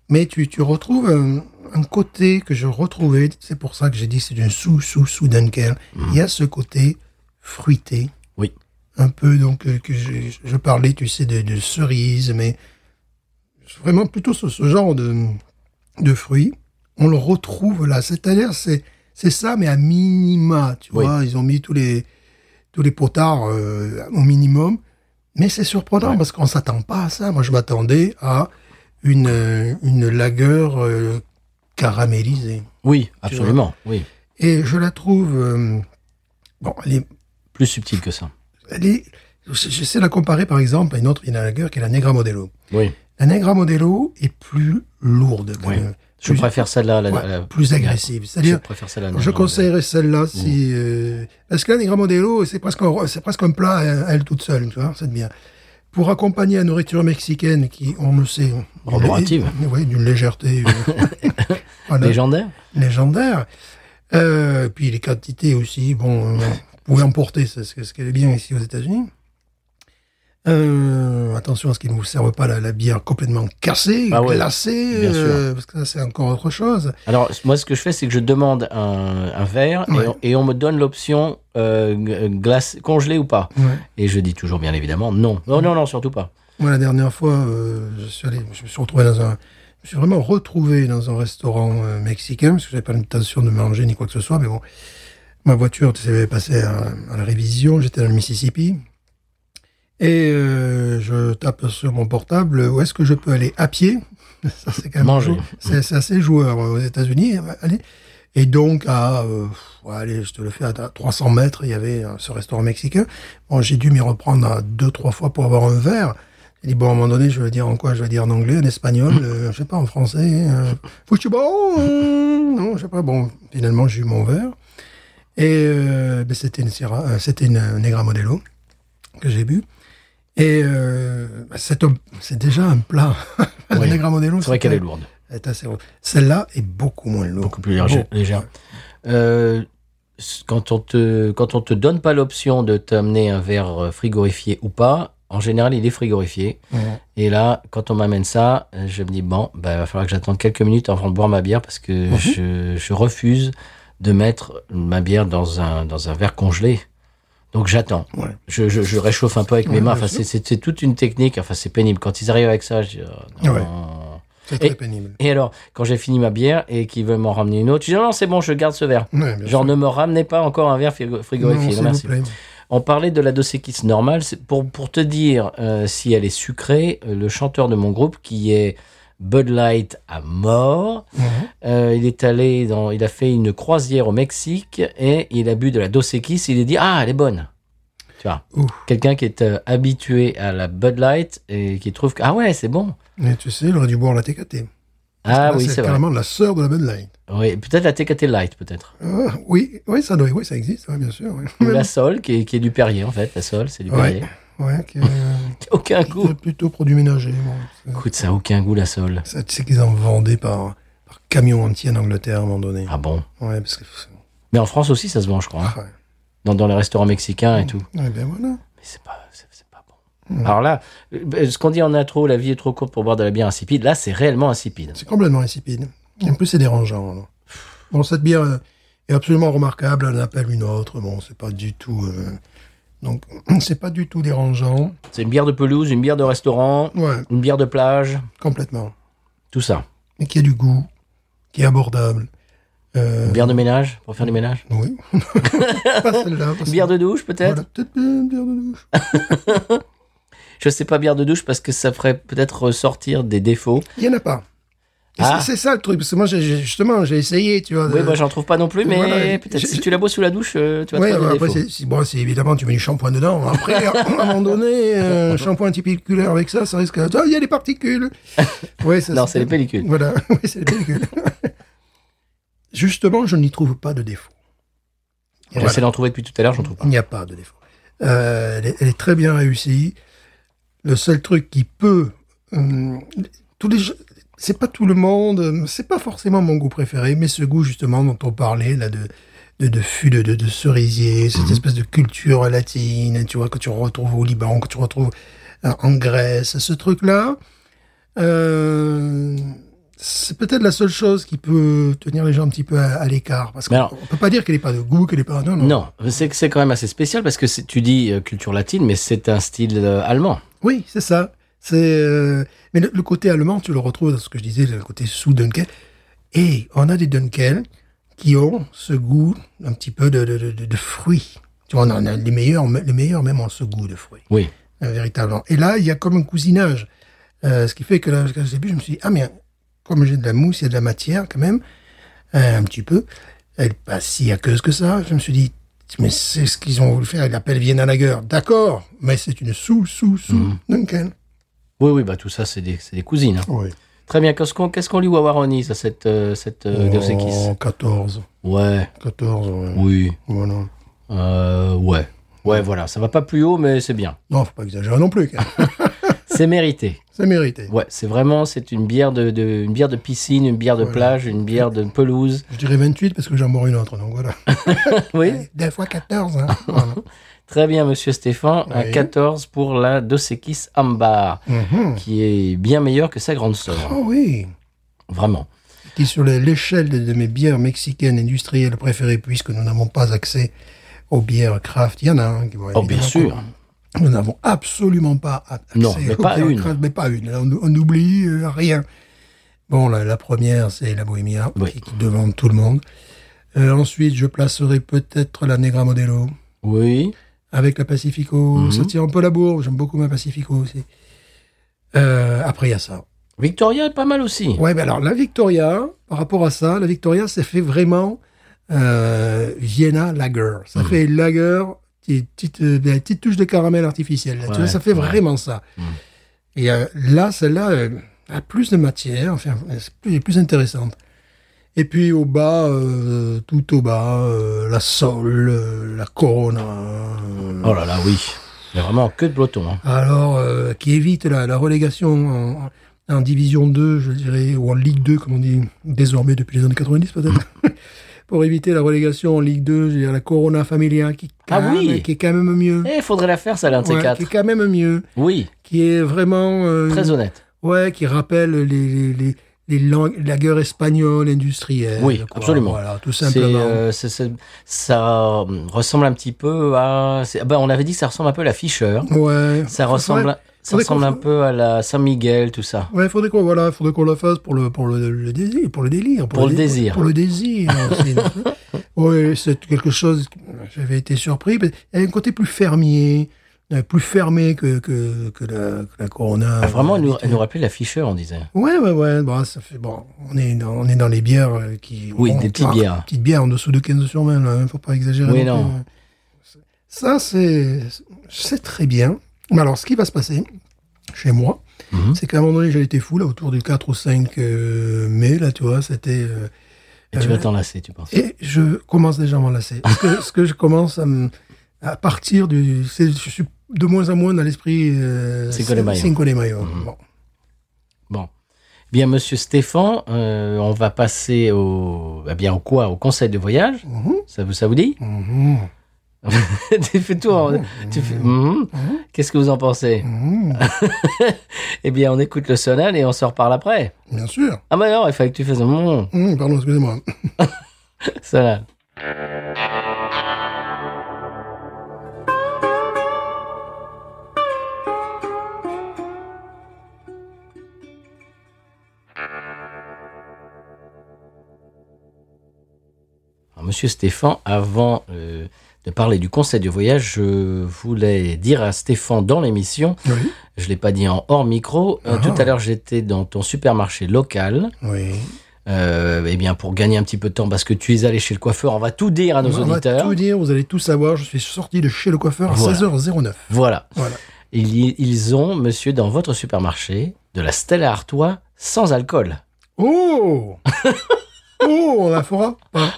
S1: Mais tu, tu retrouves un, un côté que je retrouvais. C'est pour ça que j'ai dit c'est une sous, sous, sous Dunkel. Il y a ce côté fruité.
S2: Mmh. Oui.
S1: Un peu, donc, euh, que je, je parlais, tu sais, de, de cerise, mais vraiment plutôt ce, ce genre de, de fruits. On le retrouve là. C'est-à-dire, c'est, c'est ça, mais à minima. Tu
S2: Oui.
S1: vois, ils ont mis tous les, tous les potards euh, au minimum. Mais c'est surprenant parce qu'on s'attend pas à ça. Moi, je m'attendais à une, euh, une lagueur euh, caramélisée.
S2: Oui, absolument. Oui,
S1: Et je la trouve. euh, bon, elle est
S2: plus subtil que ça.
S1: elle est- j'essaie de la comparer par exemple à une autre une lager qui est la Negra Modelo.
S2: Oui.
S1: La Negra Modelo est plus lourde, que-
S2: Oui. Euh, Je
S1: plus,
S2: préfère celle-là. à la-
S1: ouais,
S2: à la-
S1: plus agressive.
S2: Je
S1: C'est-à-dire,
S2: préfère celle-là. à la-
S1: je conseillerais celle-là si euh, parce que la Negra Modelo c'est presque un, c'est presque un plat à elle toute seule, tu vois, c'est bien. Pour accompagner la nourriture mexicaine qui, on le sait,
S2: Laborative.
S1: est- oui, d'une légèreté euh, voilà,
S2: Légendaire
S1: légendaire. Euh, puis les quantités aussi, bon, euh, vous pouvez emporter, c'est ce, que- ce qui est bien ici aux États-Unis. Euh, attention à ce qu'ils ne vous servent pas la, la bière complètement cassée,
S2: Ah ouais,
S1: glacée,
S2: bien sûr.
S1: euh, parce que ça c'est encore autre chose.
S2: Alors, moi, ce que je fais, c'est que je demande un, un verre et
S1: Ouais.
S2: on- et, on me donne l'option euh, g- glace, congelée ou pas.
S1: Ouais.
S2: Et je dis toujours, bien évidemment, non. Non, non, non, surtout pas.
S1: Moi, la dernière fois, euh, je, suis allé, je me suis retrouvé dans un. Je me suis vraiment retrouvé dans un restaurant euh, mexicain, parce que j'avais pas l'intention de manger ni quoi que ce soit, mais bon. Ma voiture, tu sais, passée à, à la révision, j'étais dans le Mississippi. Et euh, je tape sur mon portable, où est-ce que je peux aller À pied Ça, c'est quand même.
S2: Manger.
S1: jou- C'est c'est assez joueur euh, aux États-Unis. Allez. Et donc, à, euh, pff, allez, je te le fais, à 300 mètres, il y avait euh, ce restaurant mexicain. Bon, j'ai dû m'y reprendre à deux, trois fois pour avoir un verre. J'ai dit, bon, à un moment donné, je vais le dire en quoi Je vais le dire en anglais, en espagnol, euh, je sais pas, en français. Euh, football euh, Non, je sais pas. Bon, finalement, j'ai eu mon verre. Et euh, ben, c'était une, Sierra- euh, c'était une euh, Negra Modelo que j'ai bu. Et euh, ben, c'est un- c'est déjà un plat. La
S2: Oui.
S1: Negra Modelo,
S2: C'est vrai qu'elle
S1: c'était-
S2: est lourde.
S1: elle est assez lourde. Celle-là est beaucoup moins lourde.
S2: beaucoup plus légère. légère. Euh, c- quand on te quand on te donne pas l'option de t'amener un verre euh, frigorifié ou pas, en général il est frigorifié.
S1: Ouais.
S2: Et là, quand on m'amène ça, euh, je me dis bon, bah, il va falloir que j'attende quelques minutes avant de boire ma bière parce que
S1: Mhm.
S2: je, je refuse de mettre ma bière dans un dans un verre congelé. Donc j'attends.
S1: Ouais.
S2: Je, je, je réchauffe un peu avec mes
S1: Ouais,
S2: mains.
S1: bien
S2: Enfin,
S1: sûr.
S2: c'est- c'est c'est toute une technique. Enfin, c'est pénible. Quand ils arrivent avec ça, je dis, oh, non,
S1: Ouais.
S2: non.
S1: C'est
S2: Et-
S1: très pénible.
S2: Et alors, quand j'ai fini ma bière et qu'ils veulent m'en ramener une autre, je dis non, non, c'est bon, je garde ce verre.
S1: Ouais, bien
S2: Genre,
S1: sûr.
S2: ne me ramenez pas encore un verre frigo-
S1: Non,
S2: frigorifié. Non,
S1: s'il vous
S2: merci.
S1: plaît.
S2: On parlait de la Dos Equis normale. C'est Pour, pour te dire euh, si elle est sucrée, euh, le chanteur de mon groupe, qui est Bud Light à mort, euh, il est allé dans, il a fait une croisière au Mexique et il a bu de la Dos Equis. Il a dit ah elle est bonne. Tu vois.
S1: Ouh.
S2: Quelqu'un qui est euh, habitué à la Bud Light et qui trouve que ah ouais c'est bon.
S1: Mais tu sais, il aurait dû boire la TKT.
S2: Ah
S1: Là,
S2: oui
S1: c'est
S2: c'est vrai.
S1: carrément la sœur de la Bud Light.
S2: Oui, peut-être la TKT Light peut-être.
S1: Ah, oui, oui, ça doit, oui, ça existe, ouais, bien sûr. ouais.
S2: Ou la Sol qui est, qui est du Perrier en fait. La Sol c'est du
S1: Ouais.
S2: Perrier.
S1: Ouais, qui, euh,
S2: Qui a Aucun goût.
S1: plutôt produit ménager. bon. C'est-
S2: Écoute ça a aucun goût la Sol.
S1: Ça, tu sais qu'ils en vendaient par, par camion entier en Angleterre à un moment donné.
S2: Ah bon.
S1: Ouais, parce que.
S2: Mais en France aussi ça se mange je crois. hein.
S1: Ah, ouais.
S2: Dans, dans les restaurants mexicains et tout.
S1: Eh bien voilà.
S2: Mais c'est pas, c'est- c'est pas bon.
S1: Mm.
S2: Alors là, euh, ce qu'on dit en intro, la vie est trop courte pour boire de la bière insipide, là, c'est réellement insipide.
S1: C'est complètement insipide. Et en plus, c'est dérangeant. alors. Bon, cette bière euh, est absolument remarquable. Elle en appelle une autre. Bon, c'est pas du tout. euh, Donc, c'est pas du tout dérangeant.
S2: C'est une bière de pelouse, une bière de restaurant,
S1: Ouais,
S2: une bière de plage,
S1: complètement.
S2: tout ça.
S1: Mais qui a du goût, qui est abordable. Euh,
S2: Une bière de ménage, pour faire du ménage.
S1: Oui. pas celle-là. parce
S2: Une
S1: que-
S2: bière de douche, peut-être
S1: Voilà, peut-être une bière de douche.
S2: Je sais pas bière de douche parce que ça ferait peut-être ressortir des défauts.
S1: Il n'y en a pas. Et
S2: Ah.
S1: C'est c'est ça le truc. Parce que moi, j'ai- j'ai- justement, j'ai essayé, tu vois.
S2: Oui,
S1: de-
S2: moi, j'en trouve pas non plus, mais
S1: Euh. Voilà,
S2: peut-être
S1: j'ai-
S2: si tu la bois sous la douche, euh, tu vas
S1: Ouais,
S2: trouver
S1: bah,
S2: des
S1: après,
S2: défauts.
S1: c'est, c'est- bon, c'est évidemment, tu mets du shampoing dedans. Après, à un moment donné, euh, shampoing antiparticulaire avec ça, ça risque. Ah, il y a des particules. Ouais, ça,
S2: Non, c'est les pellicules.
S1: Voilà, oui, c'est les pellicules. Justement, je n'y trouve pas de défaut. Et voilà.
S2: J'essaie d'en trouver depuis tout à l'heure, j'en trouve pas.
S1: Il n'y a pas de défaut. Euh, elle, est, elle est très bien réussie. Le seul truc qui peut, hum, tous les, jeux- c'est pas tout le monde, hum, c'est pas forcément mon goût préféré, mais ce goût justement dont on parlait là de de, de fût de, de, de cerisier,
S2: Mhm.
S1: cette espèce de culture latine, tu vois, que tu retrouves au Liban, que tu retrouves euh, en Grèce, ce truc-là, euh, c'est peut-être la seule chose qui peut tenir les gens un petit peu à, à l'écart, parce
S2: Mais
S1: qu'on
S2: alors-
S1: on peut pas dire qu'elle est pas de goût, qu'elle est pas non, non.
S2: Non, c'est c'est quand même assez spécial parce que c'est- tu dis euh, culture latine, mais c'est un style euh, allemand.
S1: Oui, c'est ça. C'est euh, mais le, le côté allemand, tu le retrouves dans ce que je disais, le côté sous Dunkel. Et on a des Dunkel qui ont ce goût un petit peu de, de, de, de- de fruits. Tu vois, on en a les meilleurs, les meilleurs même ont ce goût de fruits,
S2: Oui.
S1: euh, véritablement. Et là, il y a comme un cousinage, Euh, ce qui fait que là, au début, je me suis dit ah mais comme j'ai de la mousse, il y a de la matière quand même, euh, un petit peu. Elle est pas si aqueuse que ça. Je me suis dit, mais c'est ce qu'ils ont voulu faire. Ils l'appellent Vienna Lager. D'accord, mais c'est une sous, sous, sous Dunkel.
S2: Oui, oui, bah tout ça, c'est des, c'est des cousines. hein.
S1: Oui.
S2: Très bien, qu'est-ce qu'on qu'est-ce qu'on lit Wawaroni, ça, cette, euh, cette euh, Deus Equis
S1: 14.
S2: Ouais,
S1: 14, Oh, ouais.
S2: oui,
S1: Voilà.
S2: euh, ouais. Ouais, voilà, ça va pas plus haut, mais c'est bien.
S1: Non, faut pas exagérer non plus. quand même.
S2: C'est mérité.
S1: C'est mérité.
S2: Ouais, c'est vraiment, c'est une bière de, de- une bière de piscine, une bière de
S1: Voilà.
S2: plage, une bière de pelouse.
S1: Je dirais 28 parce que j'en bois une autre, donc voilà.
S2: Oui.
S1: Des fois 14, hein. Voilà.
S2: Très bien, monsieur Stéphane, un
S1: Oui.
S2: 14 pour la Deus Equis Ambar,
S1: Mhm.
S2: qui est bien meilleure que sa grande sœur.
S1: Oh oui.
S2: Vraiment.
S1: Qui sur le- l'échelle de de mes bières mexicaines industrielles préférées, puisque nous n'avons pas accès aux bières craft, il y en a un qui vont
S2: Oh, bien sûr.
S1: Nous n'avons absolument pas a- accès
S2: Non, mais
S1: aux
S2: pas
S1: bières
S2: une.
S1: craft, mais pas une. On, on n'oublie euh, rien. Bon, la, la première, c'est la Bohemia,
S2: Oui.
S1: qui, qui devante tout le monde. Euh, ensuite, je placerai peut-être la Negra Modelo,
S2: Oui.
S1: avec la Pacifico.
S2: Mhm.
S1: Ça tire un peu la bourre, j'aime beaucoup ma Pacifico aussi. Euh, après, il y a ça.
S2: Victoria est pas mal aussi.
S1: Ouais, mais alors la Victoria, par rapport à ça, la Victoria, ça fait vraiment euh, Vienna Lager. Ça
S2: Hmm.
S1: fait Lager, petite, petite, euh, des petites touches de caramel artificiel. là, tu
S2: Ouais,
S1: vois, ça fait
S2: ouais. Hmm.
S1: vraiment ça. Et euh, là, celle-là euh, a plus de matière, enfin, c'est plus, plus intéressante. Et puis au bas, euh, tout au bas, euh, la Sol, euh, la Corona. euh,
S2: Oh là là, oui. Il y a vraiment que de peloton. hein.
S1: alors, euh, qui évite la, la relégation en, en Division 2, je dirais, ou en Ligue 2, comme on dit désormais depuis les années 90 peut-être. Pour éviter la relégation en Ligue 2, je dirais la Corona Familia, qui,
S2: Ah
S1: quand
S2: oui
S1: même- qui est quand même mieux.
S2: Eh, faudrait la faire, ça, l'un de ces
S1: Mm. Ouais,
S2: quatre.
S1: qui est quand même mieux.
S2: Oui,
S1: Qui est vraiment... euh,
S2: très honnête.
S1: Ouais, qui rappelle les... les, les les langues, la guerre espagnole industrielle.
S2: Oui,
S1: quoi.
S2: absolument.
S1: Voilà, tout
S2: C'est,
S1: simplement.
S2: euh, c'est- c'est- ça euh, ressemble un petit peu à. c'est- ah ben, on avait dit que ça ressemble un peu à la Fischer.
S1: ouais. Faudrait-
S2: Ça ressemble, à- ça
S1: faudrait
S2: ressemble
S1: qu'on-
S2: un peu à la Saint Miguel, tout ça.
S1: Ouais, faudrait qu'on voilà, faudrait qu'on la fasse pour le pour le, le désir, pour le délire,
S2: Pour le
S1: dé-
S2: désir.
S1: pour le désir. aussi. ouais, c'est quelque chose j'avais été surpris. mais Il y avait un côté plus fermier, euh, plus fermé que, que, que la, que la Corona.
S2: Ah, vraiment, elle nous, elle
S1: Habituelle.
S2: nous rappelait la Fischer, on disait.
S1: Ouais, ouais, ouais. Bon, ça fait, bon on, est dans, on est dans les bières euh, qui.
S2: Oui,
S1: on-
S2: des petites
S1: ah,
S2: bières.
S1: Petites bières en dessous de 15 sur 20, là, hein, faut pas exagérer.
S2: Oui,
S1: plus,
S2: non.
S1: ouais. Ça, c'est c'est très bien. Mais alors, ce qui va se passer chez moi,
S2: Mhm.
S1: c'est qu'à un moment donné, j'ai été fou, là, autour du 4 ou 5 euh, mai, là, tu vois, c'était. euh,
S2: Et tu
S1: Euh,
S2: vas t'en lasser, tu penses.
S1: et je commence déjà à m'en lasser. Parce que, ce que je commence à, me- à partir du. c'est- Je suis de moins en moins dans l'esprit. Euh,
S2: Cinco de Mayo.
S1: Cinco de Mayo.
S2: Mhm.
S1: Bon.
S2: Bon. Bien, monsieur Stéphane, euh, on va passer au. eh bien, au quoi Au conseil de voyage
S1: Mhm.
S2: ça vous, ça vous dit
S1: Mhm.
S2: Tu fais tout en- tu fais- Mhm. Qu'est-ce que vous en pensez
S1: Mhm.
S2: Eh bien, on écoute le sonal et on se reparle après.
S1: Bien sûr.
S2: Ah, bah non, il fallait que tu fasses un Mhm
S1: Hum, pardon, excusez-moi.
S2: sonal. Alors, Monsieur Stéphane, avant euh, de parler du conseil de voyage, je voulais dire à Stéphane dans l'émission,
S1: Oui.
S2: je l'ai pas dit en hors micro, euh,
S1: Ah.
S2: tout à l'heure j'étais dans ton supermarché local,
S1: Oui.
S2: euh, eh bien pour gagner un petit peu de temps parce que tu es allé chez le coiffeur, on va tout dire à Ah, nos
S1: On va
S2: auditeurs.
S1: tout dire, vous allez tout savoir. Je suis sorti de chez le coiffeur à
S2: Voilà.
S1: 16h09.
S2: Voilà.
S1: Voilà.
S2: Il y- ils ont, monsieur, dans votre supermarché, de la Stella Artois sans alcool.
S1: Oh Oh, on la fera pas.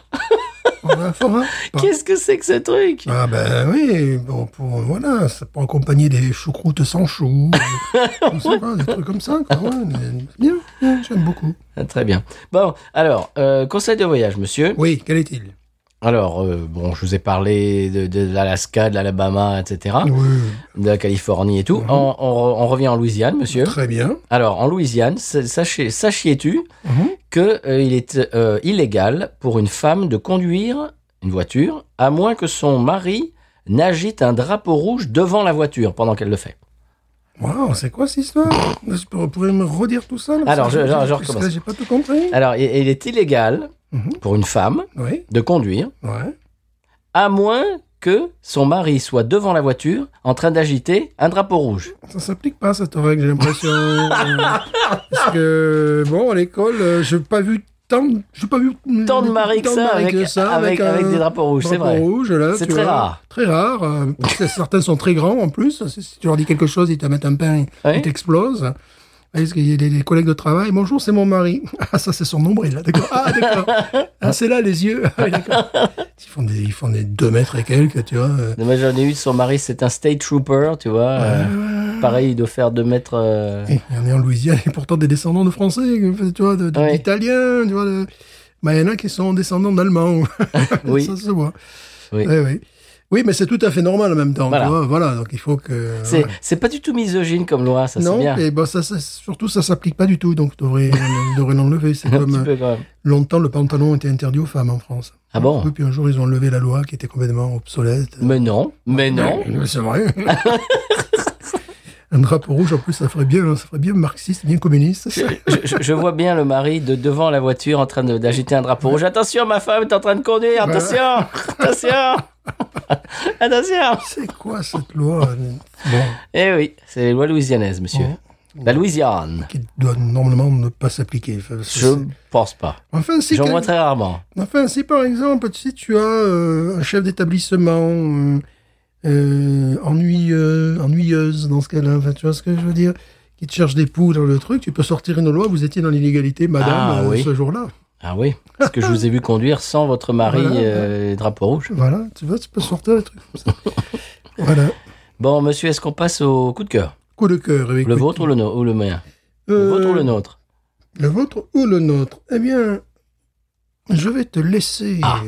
S1: On la fera pas.
S2: Qu'est-ce que c'est que ce truc
S1: Ah ben oui, bon, pour, voilà, ça pour accompagner des choucroutes sans chou, euh, je sais pas, des trucs comme ça, quoi. ouais, mais bien, bien, j'aime beaucoup.
S2: Ah, Très bien. Bon, alors, euh, conseil de voyage, monsieur.
S1: Oui, quel est-il
S2: Alors, euh, bon, je vous ai parlé de, de l'Alaska, de l'Alabama, etc.,
S1: Oui,
S2: de la Californie et tout.
S1: Mhm.
S2: On, on re- on revient en Louisiane, monsieur.
S1: très bien.
S2: Alors, en Louisiane, sa- sachez- sachiez-tu
S1: Mhm.
S2: que euh, il est euh, illégal pour une femme de conduire une voiture à moins que son mari n'agite un drapeau rouge devant la voiture pendant qu'elle le fait.
S1: Waouh, c'est quoi cette histoire Vous pourriez me redire tout ça là,
S2: Alors,
S1: parce
S2: je-
S1: que
S2: je- je
S1: parce que
S2: recommence. Euh.
S1: J'ai pas tout compris.
S2: Alors, il, il est illégal
S1: Mhm.
S2: pour une femme
S1: Oui,
S2: de conduire
S1: ouais.
S2: à moins que son mari soit devant la voiture en train d'agiter un drapeau rouge.
S1: Ça s'applique pas cette règle, j'ai l'impression. Euh, Parce que bon, à l'école, euh, j'ai pas vu tant, j'ai pas vu
S2: Tant de maris que ça, avec, avec- avec
S1: un
S2: des drapeaux rouges, c'est
S1: drapeau
S2: vrai.
S1: rouge, là,
S2: C'est
S1: tu
S2: très
S1: vois.
S2: rare.
S1: Très rare. euh, parce que certains sont très grands en plus. Si si tu leur dis quelque chose, ils te mettent un pain,
S2: Ouais.
S1: ils t'explosent. Est-ce qu'il y a des, des collègues de travail Bonjour, c'est mon mari. Ah, ça, c'est son nombril, là, d'accord. Ah, d'accord. Ah, c'est là, les yeux. Ah, oui, d'accord. Ils font des, ils font des deux mètres et quelques, tu vois. euh.
S2: Moi, j'en ai eu, son mari, c'est un state trooper, tu vois. euh, pareil, il doit faire 2 mètres... euh,
S1: Et Il y en a en Louisiane, et pourtant des descendants de Français, tu vois, de- de-
S2: Ouais.
S1: d'Italiens, tu vois. de- Bah, il y en a qui sont descendants d'Allemands.
S2: Oui.
S1: Ça se voit.
S2: Oui.
S1: Ouais, oui. Oui, mais c'est tout à fait normal en même temps.
S2: Voilà.
S1: Tu vois, voilà, donc il faut que.
S2: C'est, c'est pas du tout misogyne comme loi, ça c'est
S1: non,
S2: bien.
S1: et bah, ça, ça- surtout, ça s'applique pas du tout, donc tu devrais l'enlever. C'est
S2: Un petit
S1: comme euh,
S2: peu quand même.
S1: longtemps, le pantalon était interdit aux femmes en France.
S2: Ah bon
S1: Oui, puis un jour, ils ont levé la loi qui était complètement obsolète.
S2: Mais non, mais non.
S1: Ouais, mais C'est vrai. Un drapeau rouge, en plus, ça ferait bien, hein, ça ferait bien marxiste, bien communiste.
S2: Je, je- je vois bien le mari de devant la voiture en train de- d'agiter un drapeau rouge. Attention, ma femme est en train de conduire.
S1: Ouais.
S2: Attention, attention, attention.
S1: C'est quoi cette loi bon,
S2: Eh oui, c'est les lois louisianaises, monsieur. La Louisiane.
S1: qui doit normalement ne pas s'appliquer. Enfin, c'est-
S2: Je pense pas.
S1: Enfin, si,
S2: J'en
S1: quel-
S2: vois très rarement.
S1: enfin, si par exemple, si tu as euh, un chef d'établissement euh, euh, ennuyeux, ennuyeuse dans ce cas-là, enfin, tu vois ce que je veux dire, qui te cherche des poux dans le truc, tu peux sortir une loi, vous étiez dans l'illégalité, madame,
S2: Ah,
S1: euh,
S2: oui.
S1: ce jour-là.
S2: Ah oui, parce que je vous ai vu conduire sans votre mari
S1: Voilà.
S2: euh, drapeau rouge.
S1: Voilà, tu vois, tu peux sortir le truc comme ça. voilà.
S2: Bon, monsieur, est-ce qu'on passe au coup de cœur
S1: Coup de cœur. Euh,
S2: Le vôtre ou le, no- ou le mien Le vôtre ou le nôtre
S1: Le vôtre ou le nôtre Eh bien, je vais te laisser.
S2: Ah.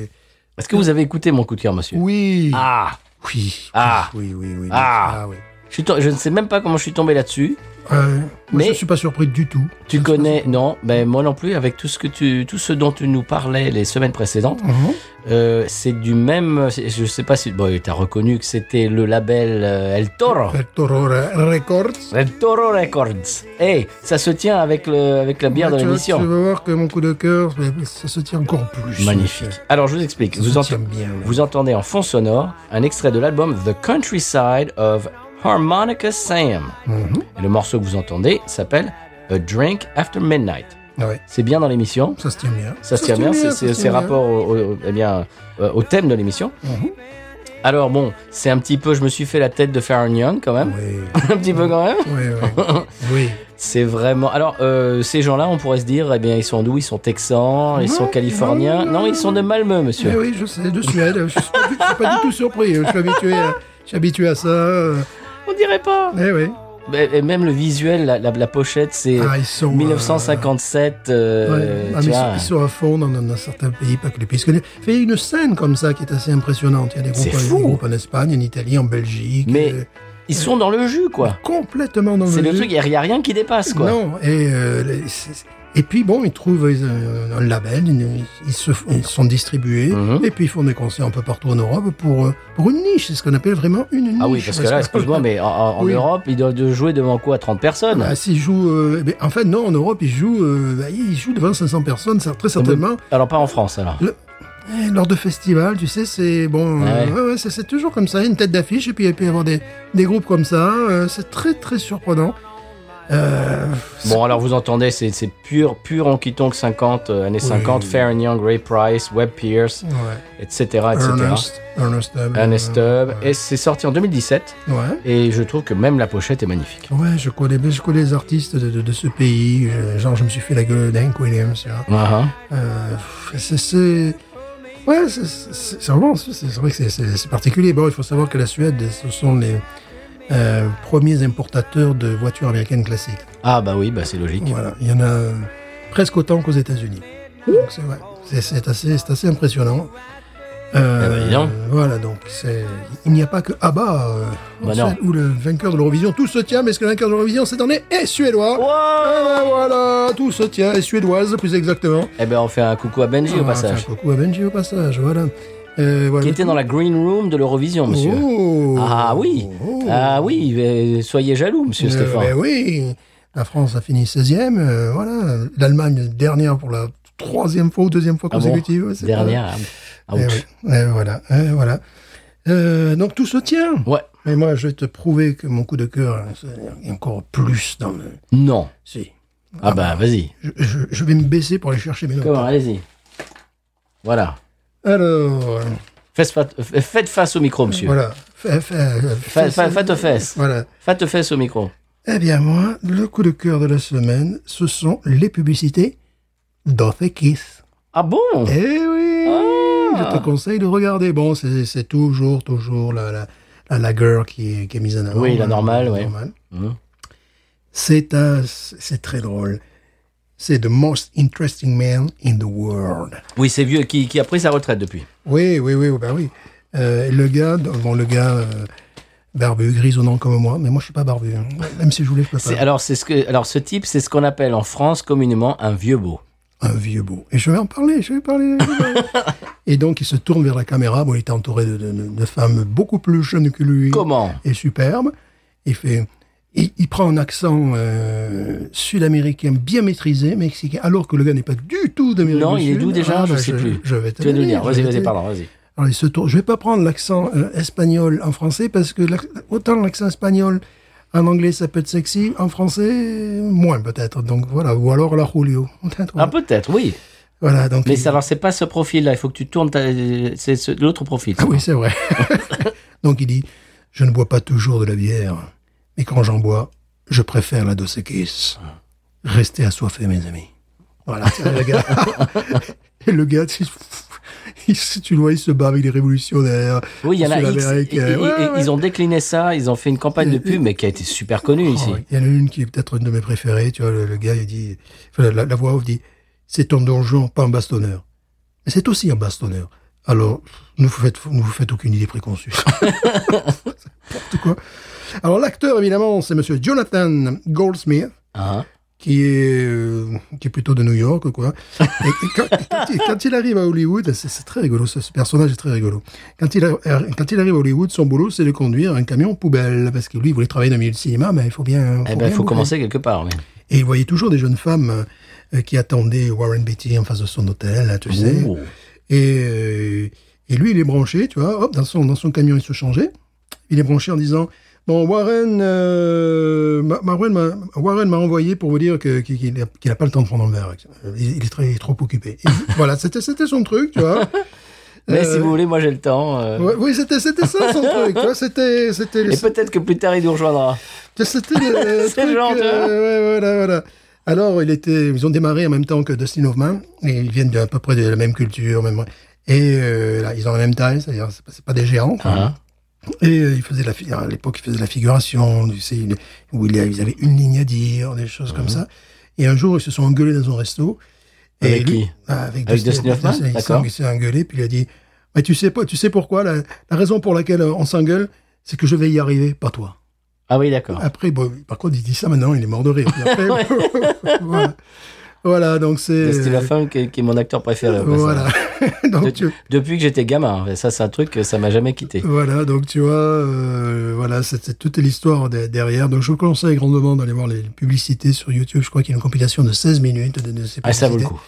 S2: Est-ce que vous avez écouté mon coup de cœur, monsieur
S1: Oui.
S2: Ah
S1: Oui.
S2: Ah.
S1: Oui, oui, oui.
S2: Ah.
S1: oui.
S2: Je, suis to- je ne sais même pas comment je suis tombé là-dessus.
S1: Euh, moi,
S2: Mais-
S1: je suis pas surpris du tout.
S2: Tu
S1: Je suis pas
S2: connais, non, ben moi non plus, avec tout ce, que tu, tout ce dont tu nous parlais les semaines précédentes,
S1: surpris. Mhm.
S2: euh, c'est du même, c'est- je sais pas si, bon, tu as reconnu que c'était le label euh, El Toro.
S1: El Toro Re- Records.
S2: El Toro Records. Hey, ça se tient avec, le, avec la bière
S1: Ouais,
S2: de
S1: tu vois, Tu
S2: l'émission.
S1: vas voir que mon coup de cœur, mais ça se tient encore plus.
S2: Magnifique. Alors, je vous explique.
S1: Ça se
S2: Vous, ente-
S1: tient bien. là.
S2: vous entendez en fond sonore un extrait de l'album The Countryside of Harmonica Sam.
S1: Mhm.
S2: Et le morceau que vous entendez s'appelle A Drink After Midnight.
S1: Ah Ouais,
S2: C'est bien dans l'émission.
S1: ça se tient bien.
S2: Ça se tient bien, c'est-
S1: ça
S2: c'est
S1: se
S2: c'est
S1: tient bien.
S2: rapport au, au- eh bien, euh, au thème de l'émission.
S1: Mhm.
S2: Alors bon, c'est un petit peu, je me suis fait la tête de Farron Young quand même.
S1: Oui,
S2: un petit peu quand même.
S1: oui, oui. oui.
S2: C'est vraiment. Alors, euh, ces gens-là, on pourrait se dire, eh bien, ils sont d'où Ils sont texans, ils
S1: Non,
S2: sont californiens.
S1: non,
S2: Non,
S1: non,
S2: ils sont de Malmö,
S1: Eh
S2: monsieur.
S1: oui, je sais, de Suède. Je suis pas, du- je suis pas du tout surpris. Je suis habitué à, je suis habitué à ça. euh,
S2: On dirait pas.
S1: Eh oui.
S2: Mais- Et même le visuel, la, la- la pochette, c'est
S1: Ah, ils sont. euh,
S2: 1957.
S1: ouais.
S2: euh,
S1: Ah,
S2: tu
S1: mais ils
S2: vois.
S1: sont- ils sont à fond dans, dans certains pays, pas que les pays scandinaves. Il y a une scène comme ça qui est assez impressionnante. Il y a des groupes,
S2: C'est
S1: des
S2: fou.
S1: groupes en Espagne, en Italie, en Belgique.
S2: Mais-
S1: euh,
S2: Ils sont dans le jus, quoi.
S1: complètement dans
S2: C'est le
S1: jeu.
S2: truc, il n'y a rien qui dépasse, quoi.
S1: Non, et, euh, les- c'est- et puis bon, ils trouvent euh, un label, ils, ils se, font- ils sont distribués,
S2: Mhm.
S1: et puis ils font des concerts un peu partout en Europe pour, euh, pour une niche, c'est ce qu'on appelle vraiment une niche.
S2: Ah oui, parce que là, excuse-moi, mais en, en- en
S1: Oui.
S2: Europe, ils doivent de jouer devant quoi 30 personnes
S1: Ah, s'ils jouent, euh, mais en fait, non, en Europe, ils jouent, euh, bah, ils jouent devant 500 personnes, ça, très certainement.
S2: Alors, pas en France, alors.
S1: Et Eh, lors de festivals, tu sais, c'est bon, euh,
S2: Ouais.
S1: ouais, ouais, c'est c'est toujours comme ça, une tête d'affiche, et puis il peut y avoir des, des groupes comme ça, euh, c'est très très surprenant. Euh,
S2: Bon, alors vous entendez, c'est c'est pur, pur Honky-Tonk 50, euh, années 50, Fair and Young, Ray Price, Webb Pierce,
S1: ouais.
S2: etc. Ah, etc.
S1: Ernest, Ernest Tubb,
S2: Ernest
S1: euh,
S2: Tubb. Et c'est sorti en 2017,
S1: ouais.
S2: et je trouve que même la pochette est magnifique.
S1: Ouais, je connais, mais je connais les artistes de, de, de ce pays. euh, Genre, je me suis fait la gueule d'Hank Williams. tu vois.
S2: Ah, ah.
S1: Euh, pff, c'est- c'est. Ouais, c'est- c'est c'est vraiment. C'est c'est vrai que c'est- c'est c'est particulier. Bon, il faut savoir que la Suède, ce sont les euh, premiers importateurs de voitures américaines classiques.
S2: Ah, bah oui, bah c'est logique.
S1: Voilà, il y en a euh, presque autant qu'aux États-Unis. Donc, c'est ouais, c'est- c'est assez, c'est assez impressionnant. Euh,
S2: Eh ben, dis donc.
S1: voilà, donc c'est- il n'y a pas que Abba euh, en
S2: Bah non.
S1: Suède, où le vainqueur de l'Eurovision, tout se tient, mais ce que le vainqueur de l'Eurovision cette année est suédois. Eh ben voilà, tout se tient, et suédoise plus exactement.
S2: Eh ben, on fait un coucou à Benji
S1: Ah,
S2: au passage,
S1: enfin, coucou à Benji au passage, voilà. Euh, voilà.
S2: qui était dans la green room de l'Eurovision, monsieur.
S1: Oh.
S2: Ah oui,
S1: Oh.
S2: ah oui, mais soyez jaloux, monsieur
S1: Euh,
S2: Stéphane.
S1: ben oui, la France a fini 16e, euh, voilà. L'Allemagne dernière pour la troisième fois ou deuxième fois
S2: Ah bon
S1: consécutive. ouais, c'est pas-
S2: Dernière. ah,
S1: Eh
S2: ouch.
S1: oui, eh voilà, eh voilà. Euh, donc tout se tient.
S2: Ouais.
S1: Mais moi, je vais te prouver que mon coup de cœur est encore plus dans le.
S2: Non.
S1: Si.
S2: Ah bah vas-y.
S1: Je, je- je vais me baisser pour aller chercher mes notes.
S2: Comment Allez-y. Voilà.
S1: Alors,
S2: Faites fa- euh, faites face au micro, monsieur.
S1: voilà. Fa- fa-
S2: Fa-
S1: fa-
S2: fa- Faites aux fesses.
S1: Voilà.
S2: Faites aux fesses au micro.
S1: Eh bien, moi, le coup de cœur de la semaine, ce sont les publicités d'Othekis.
S2: Ah bon
S1: Eh oui
S2: Ah
S1: Je te conseille de regarder. Bon, c'est c'est toujours, toujours la, la, la lager qui est, qui est mise en avant.
S2: Oui, la normale,
S1: oui.
S2: ouais. Mhm.
S1: C'est un- c'est très drôle. C'est The Most Interesting Man in the World.
S2: Oui, c'est vieux qui, qui a pris sa retraite depuis.
S1: Oui, oui, oui, bah oui. Euh, le gars, bon, le gars euh, barbu, grisonnant comme moi, mais moi je suis pas barbu. hein. Même si je voulais, je peux
S2: C'est-
S1: pas.
S2: Alors c'est ce que alors ce type, c'est ce qu'on appelle en France communément un vieux beau.
S1: Un vieux beau. Et je vais en parler, je vais parler. je vais en parler. et donc il se tourne vers la caméra. Bon, il était entouré de, de- de femmes beaucoup plus jeunes que lui.
S2: Comment
S1: Et superbes. Il fait. Il, il prend un accent euh, sud-américain bien maîtrisé, mexicain, alors que le gars n'est pas du tout d'Amérique
S2: Non,
S1: du
S2: il est
S1: Sud.
S2: d'où déjà
S1: Ah,
S2: Je
S1: bah,
S2: sais plus.
S1: Je vais te
S2: Tu vas
S1: le
S2: nous
S1: dire,
S2: dire.
S1: je vais
S2: Vas-y,
S1: te
S2: vas-y,
S1: le
S2: pardon, vas-y.
S1: alors, il se tourne. Je vais pas prendre l'accent euh, espagnol en français parce que l'ac- autant l'accent espagnol en anglais ça peut être sexy, en français euh, moins peut-être. Donc voilà, ou alors la Julio. Peut-être,
S2: Ah
S1: voilà.
S2: peut-être, oui.
S1: Voilà, donc
S2: Mais
S1: il-
S2: ça- alors c'est pas ce profil-là. Il faut que tu tournes. ta- C'est ce- l'autre profil.
S1: Ah oui, c'est vrai. donc il dit je ne bois pas toujours de la bière, mais quand j'en bois, je préfère la Dos Equis. Restez assoiffés, mes amis. Voilà, c'est le gars. Et le gars, tu- il- si tu le vois, il se bat avec les révolutionnaires.
S2: Oui, il y en a
S1: Sur
S2: X.
S1: l'Amérique,
S2: Et- et-
S1: euh,
S2: et-
S1: ouais, ouais.
S2: Ils ont décliné ça, ils ont fait une campagne de pub, mais qui a été super connue ici.
S1: Oh, Il y en a une qui est peut-être une de mes préférées. Tu vois, le, le gars, il dit, enfin, la, la voix off dit, c'est ton donjon, pas un bastonneur. Mais c'est aussi un bastonneur. Alors, ne vous faites, ne vous faites aucune idée préconçue. N'importe quoi. Alors l'acteur, évidemment, c'est Monsieur Jonathan Goldsmith,
S2: Ah,
S1: qui est, euh, qui est plutôt de New York, quoi. Et, et quand, quand il- quand il arrive à Hollywood, c'est c'est très rigolo, ce, ce personnage est très rigolo. Quand il, a- quand il arrive à Hollywood, son boulot, c'est de conduire un camion poubelle, parce que lui, il voulait travailler dans le milieu du cinéma, mais il faut bien...
S2: eh
S1: bien
S2: ben, faut
S1: bouger.
S2: commencer quelque part. oui.
S1: Et il voyait toujours des jeunes femmes euh, qui attendaient Warren Beatty en face de son hôtel, là, tu sais.
S2: Oh.
S1: Et, euh, et lui, il est branché, tu vois, hop, dans son, dans son camion, il se changeait. Il est branché en disant Bon, Warren euh, ma- ma- Warren m'a Warren m'a envoyé pour vous dire que- qu'il n'a pas le temps de prendre un verre. Il, il est très, trop occupé. Et voilà, c'était c'était son truc, tu vois.
S2: Mais
S1: Euh,
S2: si vous voulez, moi j'ai le temps. euh,
S1: Ouais, oui, c'était c'était ça son truc, tu vois. C'était. c'était-
S2: Et peut-être que plus tard il nous rejoindra.
S1: C'était le
S2: C'est
S1: truc,
S2: le genre de-
S1: euh, ouais, voilà, voilà. Alors, il était, ils ont démarré en même temps que Dustin Hoffman, et ils viennent de, à peu près de la même culture, même, et euh, là, ils ont la même taille, c'est-à-dire, c'est pas, c'est pas des géants. quoi.
S2: Ah.
S1: Et euh, ils faisaient de la, fi- à l'époque, ils faisaient de la figuration, tu sais, une- où il y a- ils avaient une ligne à dire, des choses
S2: Mhm.
S1: comme ça. Et un jour, ils se sont engueulés dans un resto.
S2: Avec qui
S1: Ah, Avec,
S2: Avec Dustin Hoffman
S1: Ils
S2: D'accord.
S1: s'en- ils s'est engueulé, puis il a dit, mais tu sais pas, tu sais pourquoi, la, la raison pour laquelle euh, on s'engueule, c'est que je vais y arriver, pas toi.
S2: Ah oui, d'accord.
S1: Après, bon, par contre, il dit ça maintenant, il est mort de rire. Puis après, voilà. Voilà, donc c'est.
S2: Dustin Hoffman, qui, qui est mon acteur préféré. au passage.
S1: Euh, Voilà. donc, tu,
S2: Depuis que j'étais gamin, et ça c'est un truc que ça m'a jamais quitté.
S1: voilà, donc tu vois, euh, voilà, c'est c'est- toute est l'histoire de- derrière. Donc je vous conseille grandement d'aller voir les publicités sur YouTube. Je crois qu'il y a une compilation de 16 minutes de, de ces
S2: Ah, ça vaut le
S1: publicités.
S2: coup.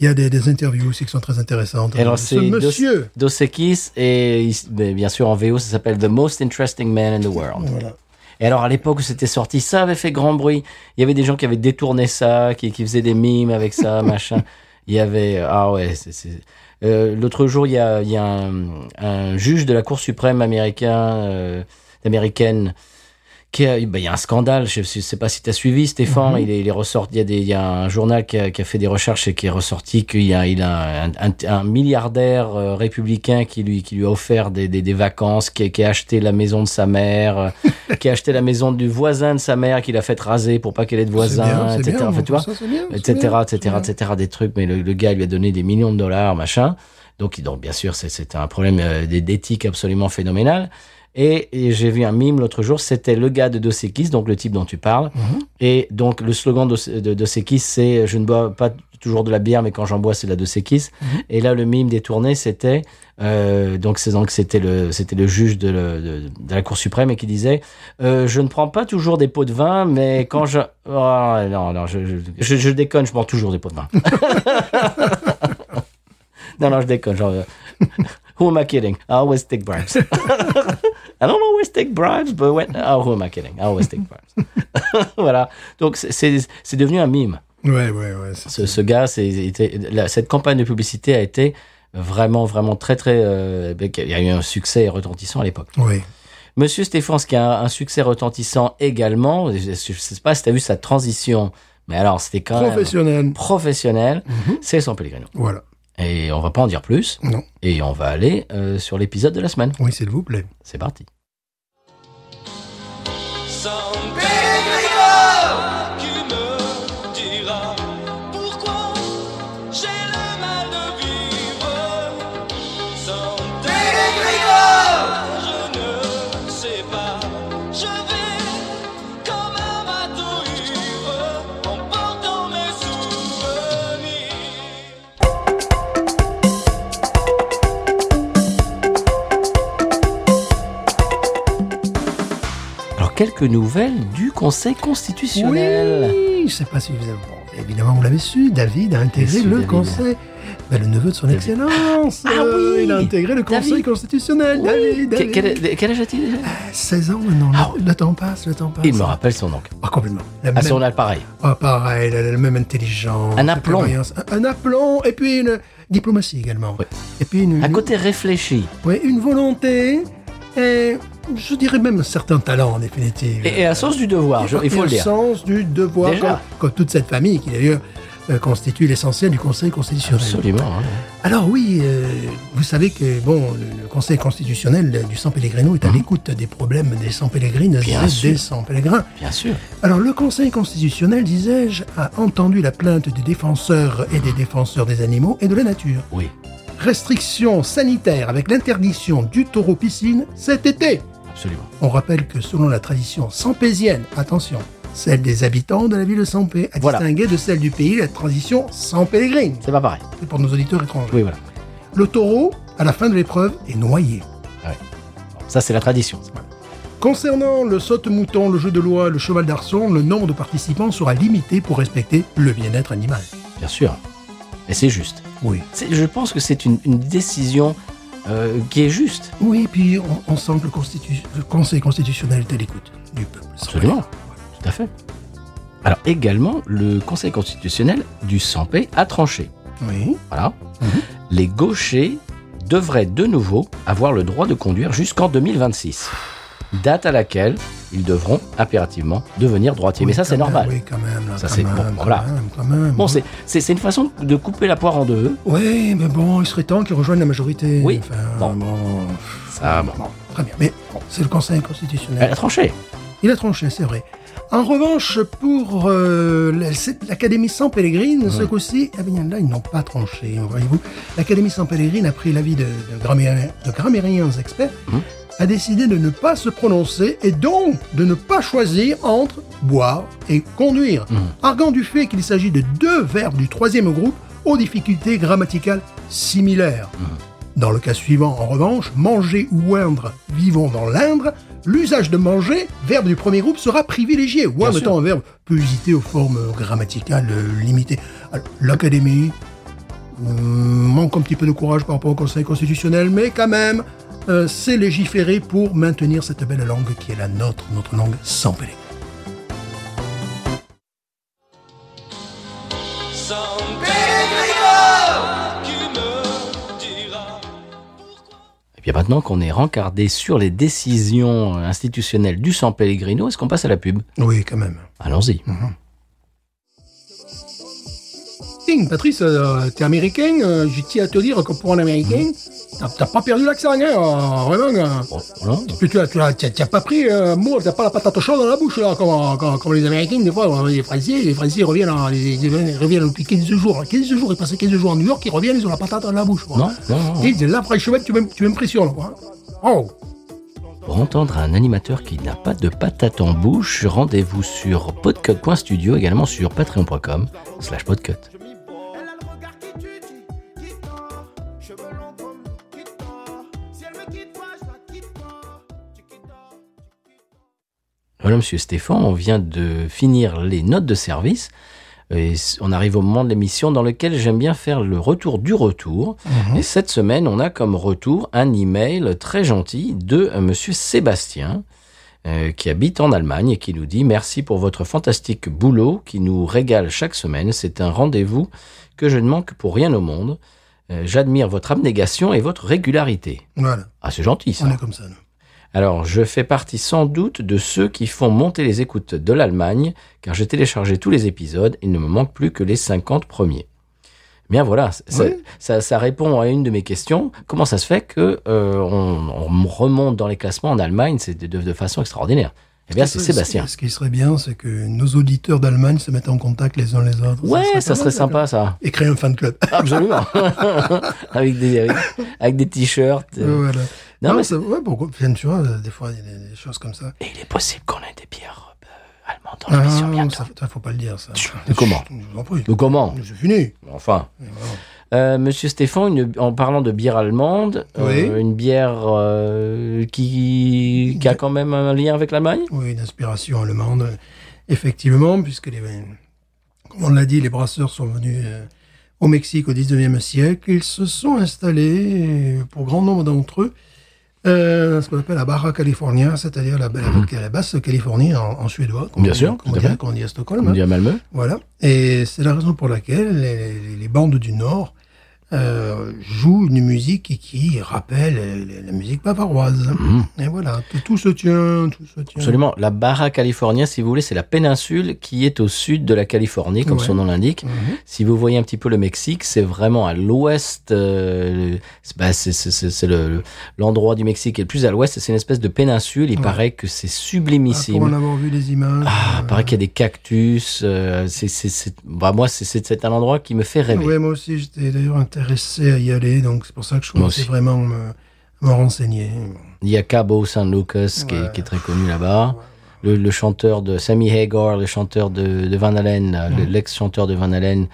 S1: Il y a des, des interviews aussi qui sont très intéressantes.
S2: Et alors,
S1: Ce
S2: c'est Dos-
S1: monsieur.
S2: Dos Equis, et il s- mais bien sûr en VO, ça s'appelle The Most Interesting Man in the World.
S1: Voilà.
S2: Et alors à l'époque où c'était sorti, ça avait fait grand bruit. Il y avait des gens qui avaient détourné ça, qui, qui faisaient des mimes avec ça, machin. Il y avait ah ouais. c'est- c'est- Euh, L'autre jour, il y a, il y a un, un juge de la Cour suprême américain, euh, américaine. Qui a, ben, il y a un scandale, je ne sais pas si tu as suivi Stéphane, il, est, il est ressorti, il y a, des- il y a un journal qui a, qui a fait des recherches et qui est ressorti qu'il y a, il a un, un- un milliardaire euh, républicain qui lui, qui lui a offert des, des, des vacances, qui, a- qui a acheté la maison de sa mère, euh, qui a acheté la maison du voisin de sa mère, qui l'a fait raser pour pas qu'elle ait de
S1: C'est
S2: voisin,
S1: bien, c'est
S2: etc.
S1: bien,
S2: Enfin, tu vois,
S1: ça, c'est bien, c'est
S2: etc.,
S1: bien, c'est
S2: etc.,
S1: bien.
S2: etc., des trucs, mais le, le gars lui a donné des millions de dollars, machin. Donc, il- donc bien sûr, c'est- c'était un problème euh, d'é- d'éthique absolument phénoménal. Et, et j'ai vu un mime l'autre jour, c'était le gars de Dos Equis, donc le type dont tu parles.
S1: Mm-hmm.
S2: Et donc, le slogan de, de, de Dos Equis, c'est euh, « Je ne bois pas toujours de la bière, mais quand j'en bois, c'est de la Dos Equis
S1: Mm-hmm.
S2: Et là, le mime détourné, c'était... euh, donc, c'est donc c'était le, c'était le juge de, le- de- de la Cour suprême et qui disait euh, je ne prends pas toujours des pots de vin, mais quand je... Oh, non, non, je, je, je- je déconne, je prends toujours des pots de vin. non, non, je déconne. Genre, euh, who am I kidding? I always take bribes. I don't always take bribes, but when... Oh, who am I kidding? I always take bribes. voilà. Donc, c'est- c'est c'est devenu un mime.
S1: Ouais, ouais, ouais. c'est-
S2: Ce, ce gars, c'est- était- la- cette campagne de publicité a été vraiment, vraiment très, très... euh, il y a eu un succès retentissant à l'époque.
S1: ouais.
S2: Monsieur Stéphane, ce qui a un succès retentissant également, je ne sais pas si tu as vu sa transition, mais alors c'était quand
S1: Professionnel. Mhm.
S2: même professionnel, c'est son Pellegrino.
S1: Voilà.
S2: Et on va pas en dire plus,
S1: Non.
S2: et on va aller euh, sur l'épisode de la semaine.
S1: Oui, s'il vous plaît.
S2: C'est parti.
S5: Sans Pellegrino qui me dira pourquoi j'ai le mal de vivre. Sans Pellegrino, je ne sais pas. Je vais comme un bateau ivre en portant mes souvenirs.
S2: Alors quelques nouvelles du Conseil constitutionnel.
S1: Oui, je ne sais pas si vous avez. bon, évidemment, vous l'avez su, David a intégré
S2: Qu'est-ce que
S1: le
S2: David
S1: Conseil. Ben, le neveu de son
S2: David. Ah
S1: Excellence. euh,
S2: oui,
S1: il a intégré le
S2: David.
S1: Conseil constitutionnel. David,
S2: Que-
S1: David.
S2: Quel, quel âge a-t-il déjà
S1: 16 ans maintenant.
S2: Ah
S1: le- Le temps passe, le temps passe.
S2: Il me rappelle son oncle.
S1: Ah, complètement. La
S2: Ah,
S1: même,
S2: son oncle, pareil.
S1: ah, pareil, la, la même intelligence.
S2: Un
S1: la
S2: aplomb.
S1: prévoyance. Un, un aplomb, et puis une diplomatie également.
S2: Oui.
S1: Et puis une,
S2: Un
S1: une-
S2: côté réfléchi.
S1: ouais, une volonté, et je dirais même un certain talent en définitive.
S2: Et, et un sens du devoir, Ah, je- il faut
S1: Et
S2: le dire.
S1: sens du devoir,
S2: Déjà.
S1: comme, comme toute cette famille qui d'ailleurs euh, constitue l'essentiel du Conseil constitutionnel.
S2: Absolument. hein.
S1: Alors oui, euh, vous savez que bon, le, le Conseil constitutionnel euh, du San Pellegrino est à l'écoute des problèmes des San Pellegrines
S2: Mhm. Bien
S1: et
S2: sûr.
S1: des San Pellegrins.
S2: Bien sûr.
S1: Alors le Conseil constitutionnel, disais-je, a entendu la plainte des défenseurs et des défenseurs des animaux et de la nature.
S2: Oui.
S1: Restrictions sanitaires avec l'interdiction du taureau piscine cet été.
S2: absolument.
S1: On rappelle que selon la tradition sampésienne, attention, celle des habitants de la ville de Sampé, à
S2: Voilà.
S1: distinguer de celle du pays, la transition sans pèlerine,
S2: C'est pas pareil.
S1: c'est pour nos auditeurs étrangers.
S2: Oui, voilà.
S1: Le taureau, à la fin de l'épreuve, est noyé.
S2: Ça, c'est la tradition.
S1: Concernant le saute-mouton, le jeu de loi, le cheval d'arçon, le nombre de participants sera limité pour respecter le bien-être animal.
S2: Bien sûr. Et c'est juste.
S1: Oui.
S2: C'est- Je pense que c'est une, une décision euh, qui est juste.
S1: Oui, puis on, on sent que le, constitu- le Conseil constitutionnel est à l'écoute du peuple.
S2: Absolument. Tout à fait. Alors également, le Conseil constitutionnel du 100p a tranché.
S1: Oui.
S2: Voilà.
S1: Mhm.
S2: Les gauchers devraient de nouveau avoir le droit de conduire jusqu'en 2026, date à laquelle ils devront impérativement devenir droitiers. Mais ça,
S1: Oui,
S2: c'est
S1: quand même,
S2: normal.
S1: Oui, quand même. là,
S2: Ça,
S1: quand
S2: c'est-
S1: même,
S2: bon,
S1: quand
S2: voilà.
S1: même, quand même.
S2: Bon, c'est- c'est c'est une façon de couper la poire en deux.
S1: Oui, mais bon, il serait temps qu'ils rejoignent la majorité.
S2: Oui.
S1: Enfin,
S2: Bon.
S1: bon,
S2: Ça, Ah bon.
S1: bon, très bien. Mais bon, c'est le Conseil constitutionnel.
S2: Elle a tranché.
S1: Il a tranché, c'est vrai. En revanche, pour euh, la- c'est- l'Académie sans Pellegrine, ce coup-ci, eh bien là, ils n'ont pas tranché, voyez-vous. L'Académie sans Pellegrine, après l'avis de, de grammairiens, de grammairiens experts, a décidé de ne pas se prononcer et donc de ne pas choisir entre boire et conduire, arguant du fait qu'il s'agit de deux verbes du troisième groupe aux difficultés grammaticales similaires. Dans le cas suivant, en revanche, manger ou oindre, vivons dans l'Indre, l'usage de manger, verbe du premier groupe, sera privilégié. Ou en
S2: sûr.
S1: mettant un verbe peut hésiter aux formes grammaticales euh, limitées. Alors, L'Académie euh, manque un petit peu de courage par rapport au Conseil constitutionnel, mais quand même, euh, c'est légiféré pour maintenir cette belle langue qui est la nôtre, notre langue sans pélé.
S5: Sans Pellegrino, qui me dira
S2: Et bien maintenant qu'on est rencardé sur les décisions euh, institutionnelles du San Pellegrino, est-ce qu'on passe à la pub
S1: Oui, quand même.
S2: Allons-y.
S1: Ting, Patrice, euh, t'es américain, euh, je tiens à te dire que pour un américain, t'as- t'as pas perdu l'accent, hein, euh, vraiment. euh.
S2: Bon, non,
S1: Tu tu as, tu as- tu as- tu as pas pris euh, un mot, t'as pas la patate chaude dans la bouche, là, comme, euh, comme, comme les Américains, des fois, euh, les Français, les Français reviennent, en- ils- ils reviennent depuis 15 jours. 15 jours, ils passent 15 jours en New York, ils reviennent, ils ont la patate dans la bouche. quoi.
S2: non, non, non.
S1: Et de Oh. là, franchement, tu m'im- tu m'impressionnes, quoi. Oh,
S2: Pour entendre un animateur qui n'a pas de patate en bouche, rendez-vous sur podcut.studio, également sur patreon.com slash podcut.
S6: Elle a le regard qui tue, qui quitte pas. Cheveux longs comme nous, quitte pas. Si elle me quitte pas, je la quitte pas. Tu quittes pas.
S2: Voilà, monsieur Stéphane, on vient de finir les notes de service. Et c- on arrive au moment de l'émission dans lequel j'aime bien faire le retour du retour.
S1: Hmm?
S2: Et cette semaine, on a comme retour un email très gentil de euh, monsieur Sébastien, euh, qui habite en Allemagne et qui nous dit Merci pour votre fantastique boulot qui nous régale chaque semaine. C'est un rendez-vous que je ne manque pour rien au monde. Euh, J'admire votre abnégation et votre régularité.
S1: voilà,
S2: Ah, c'est gentil ça.
S1: on est comme ça, nous.
S2: Alors, je fais partie sans doute de ceux qui font monter les écoutes de l'Allemagne, car j'ai téléchargé tous les épisodes, il ne me manque plus que les 50 premiers. Bien voilà, c- ça, ça, ça répond à une de mes questions. Comment ça se fait que euh, on, on remonte dans les classements en Allemagne, c'est de, de façon extraordinaire Eh bien, c'est Sébastien.
S1: Ce qui serait bien, c'est que nos auditeurs d'Allemagne se mettent en contact les uns les autres.
S2: Ouais,
S1: pas
S2: ça serait
S1: mal,
S2: sympa ça.
S1: Et créer un fan club.
S2: Absolument. avec des avec, avec des t-shirts. euh.
S1: voilà.
S2: Non, mais
S1: ça- ouais, pourquoi Bien sûr, euh, des fois, il y a des, des choses comme ça.
S2: Et il est possible qu'on ait des bières euh, allemandes dans
S1: Ah,
S2: l'émission bientôt.
S1: ça, ça, faut pas le dire, ça.
S2: mais comment
S1: Je vous en prie.
S2: Mais comment
S1: C'est fini.
S2: Enfin. Euh, Monsieur Stéphane, une- en parlant de bière allemande, euh,
S1: Oui.
S2: une bière euh, qui, qui a quand même un lien avec l'Allemagne
S1: Oui, d'inspiration allemande, effectivement, puisque, les, comme on l'a dit, les brasseurs sont venus euh, au Mexique au 19e siècle. Ils se sont installés, euh, pour grand nombre d'entre eux, euh, ce qu'on appelle la Barra California, c'est-à-dire la, la- la basse Californie en, en suédois, comme
S2: Mhm. Bien
S1: on,
S2: sûr,
S1: comme
S2: tout
S1: on
S2: à
S1: dit,
S2: fait.
S1: qu'on dit à Stockholm.
S2: On
S1: hein.
S2: dit à Malmö.
S1: Voilà. Et c'est la raison pour laquelle les, les- les bandes du Nord euh, jouent une musique qui rappelle euh, la musique bavaroise. Et voilà, tout, tout se tient, tout se tient.
S2: Mhm. Absolument. La Barra California, si vous voulez, c'est la péninsule qui est au sud de la Californie, comme
S1: Ouais.
S2: son nom l'indique.
S1: Mhm.
S2: Si vous voyez un petit peu le Mexique, c'est vraiment à l'ouest. euh, c'est- bah, c'est c'est- c'est- c'est le- l'endroit du Mexique qui est le plus à l'ouest. C'est une espèce de péninsule. Il
S1: Ouais.
S2: paraît que c'est
S1: Ah, pour en
S2: sublimissime.
S1: avoir vu les images.
S2: Ah,
S1: euh,
S2: il paraît qu'il y a des cactus. euh, c'est, c'est, c'est- bah, moi, c'est, c'est, c'est un endroit qui me fait rêver.
S1: ouais, moi aussi, j'étais d'ailleurs intéressé à y aller, donc c'est pour ça que je
S2: Moi
S1: trouve que c'est
S2: aussi.
S1: vraiment euh, me renseigner.
S2: Il y a Cabo San Lucas qui, est, qui est très connu là-bas. Le, le chanteur de Sammy Hagar, le chanteur de, de Van Halen, là,
S1: Mm.
S2: le- l'ex-chanteur de Van Halen,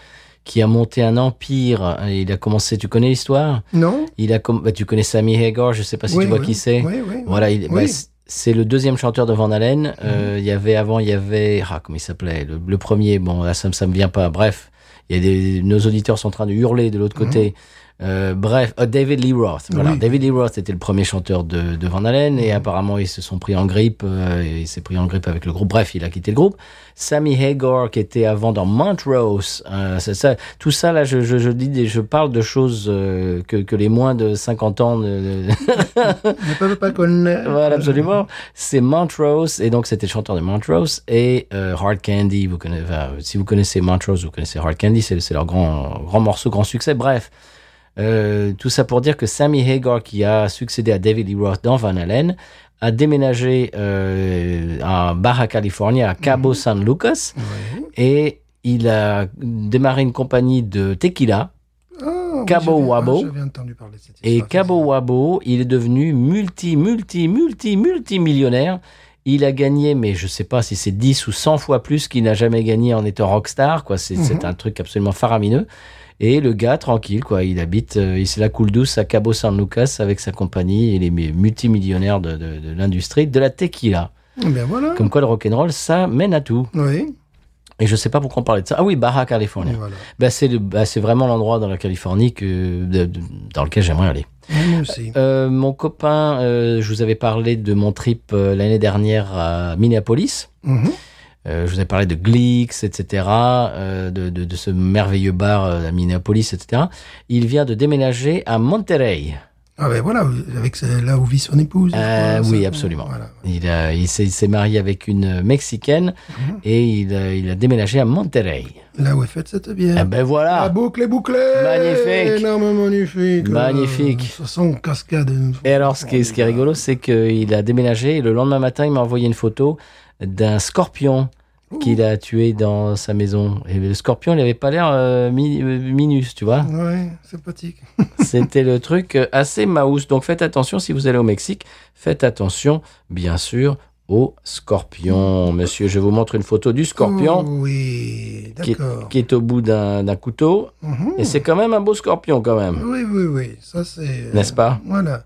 S2: qui a monté un empire. Il a commencé, tu connais l'histoire
S1: Non
S2: Il a com- bah, Tu connais Sammy Hagar, je sais pas Ah, si
S1: Oui,
S2: tu vois
S1: oui.
S2: qui c'est.
S1: Oui, oui.
S2: Voilà, il-
S1: oui. Mhm.
S2: bah, c- c'est le deuxième chanteur de Van Halen. Euh, Il y avait avant, il y avait ah comment il s'appelait le, le premier. Bon, là ça, me- ça me vient pas. Bref, il y a des nos auditeurs sont en train de hurler de l'autre côté. Euh, bref, euh, David Lee Roth.
S1: Mhm.
S2: Voilà,
S1: Oui. Mhm.
S2: David Lee Roth était le premier chanteur de, de Van Halen et apparemment ils se sont pris en grippe. euh, et il s'est pris en grippe avec le groupe. Bref, il a quitté le groupe. Sammy Hagar qui était avant dans Montrose. euh, c'est ça, tout ça là, je, je, je dis, des- je parle de choses euh, que, que les moins de 50 ans ne,
S1: ne peuvent pas connaître.
S2: voilà, absolument. C'est Montrose, et donc c'était le chanteur de Montrose, et euh, Hard Candy, vous connaissez, enfin, si vous connaissez Montrose, vous connaissez Hard Candy, c'est c'est leur grand, grand morceau, grand succès, bref. Euh, tout ça pour dire que Sammy Hagar, qui a succédé à David Lee Roth dans Van Halen, a déménagé euh, à Baja California, à Cabo San Lucas,
S1: Ah,
S2: et il a démarré une compagnie de tequila,
S1: Ah, oui,
S2: Cabo
S1: j'avais- ah,
S2: Wabo.
S1: J'avais entendu parler de cette
S2: et
S1: histoire,
S2: Cabo Wabo, il est devenu multi, multi, multi, multimillionnaire. Il a gagné, mais je sais pas si c'est 10 ou 100 fois plus qu'il n'a jamais gagné en étant rockstar. quoi. C'est c'est un truc absolument faramineux. Et le gars, tranquille, quoi, il habite, euh, il se la coule douce à Cabo San Lucas avec sa compagnie et les multimillionnaires de, de- de l'industrie de la tequila.
S1: c'est bien. Eh Ben voilà.
S2: Comme quoi, le rock'n'roll, ça mène à tout.
S1: Oui.
S2: Et je sais pas pourquoi on parlait de ça. Ah oui, Baja California.
S1: Voilà.
S2: Bah, c'est le- bah, c'est vraiment l'endroit dans la Californie que, de- de- dans lequel j'aimerais aller.
S1: Moi aussi.
S2: Euh, mon copain, euh, je vous avais parlé de mon trip euh, l'année dernière à Minneapolis.
S1: Mhm.
S2: Euh, je vous ai parlé de Gleeks, etc., euh, de, de- de ce merveilleux bar euh, à Minneapolis, etc. Il vient de déménager à Monterey.
S1: Ah ben voilà, avec ce- là où vit son épouse. je
S2: Euh,
S1: crois,
S2: oui,
S1: ça.
S2: absolument.
S1: Voilà.
S2: Il, a- il s'est il s'est marié avec une Mexicaine
S1: Mhm.
S2: et il, a- il a déménagé à Monterey.
S1: Là où est faite cette bière.
S2: Eh ben voilà
S1: La boucle est bouclée
S2: Magnifique.
S1: Énorme, magnifique
S2: Magnifique.
S1: Euh, Ça sent cascade.
S2: Et alors, ce qui est, ce qui est rigolo, c'est qu'il a déménagé et le lendemain matin, il m'a envoyé une photo d'un scorpion qu'il a tué dans sa maison. Et le scorpion, il n'avait pas l'air euh, mi- euh, minus, tu vois.
S1: Ouais, sympathique.
S2: C'était le truc euh, assez maus. Donc faites attention si vous allez au Mexique. Faites attention, bien sûr, au scorpion. Monsieur, je vous montre une photo du scorpion
S1: Oh, oui,
S2: qui, est,
S1: d'accord.
S2: qui est au bout d'un d'un couteau.
S1: Mhm.
S2: Et c'est quand même un beau scorpion, quand même.
S1: Oui, oui, oui, ça c'est... euh,
S2: N'est-ce pas
S1: Voilà.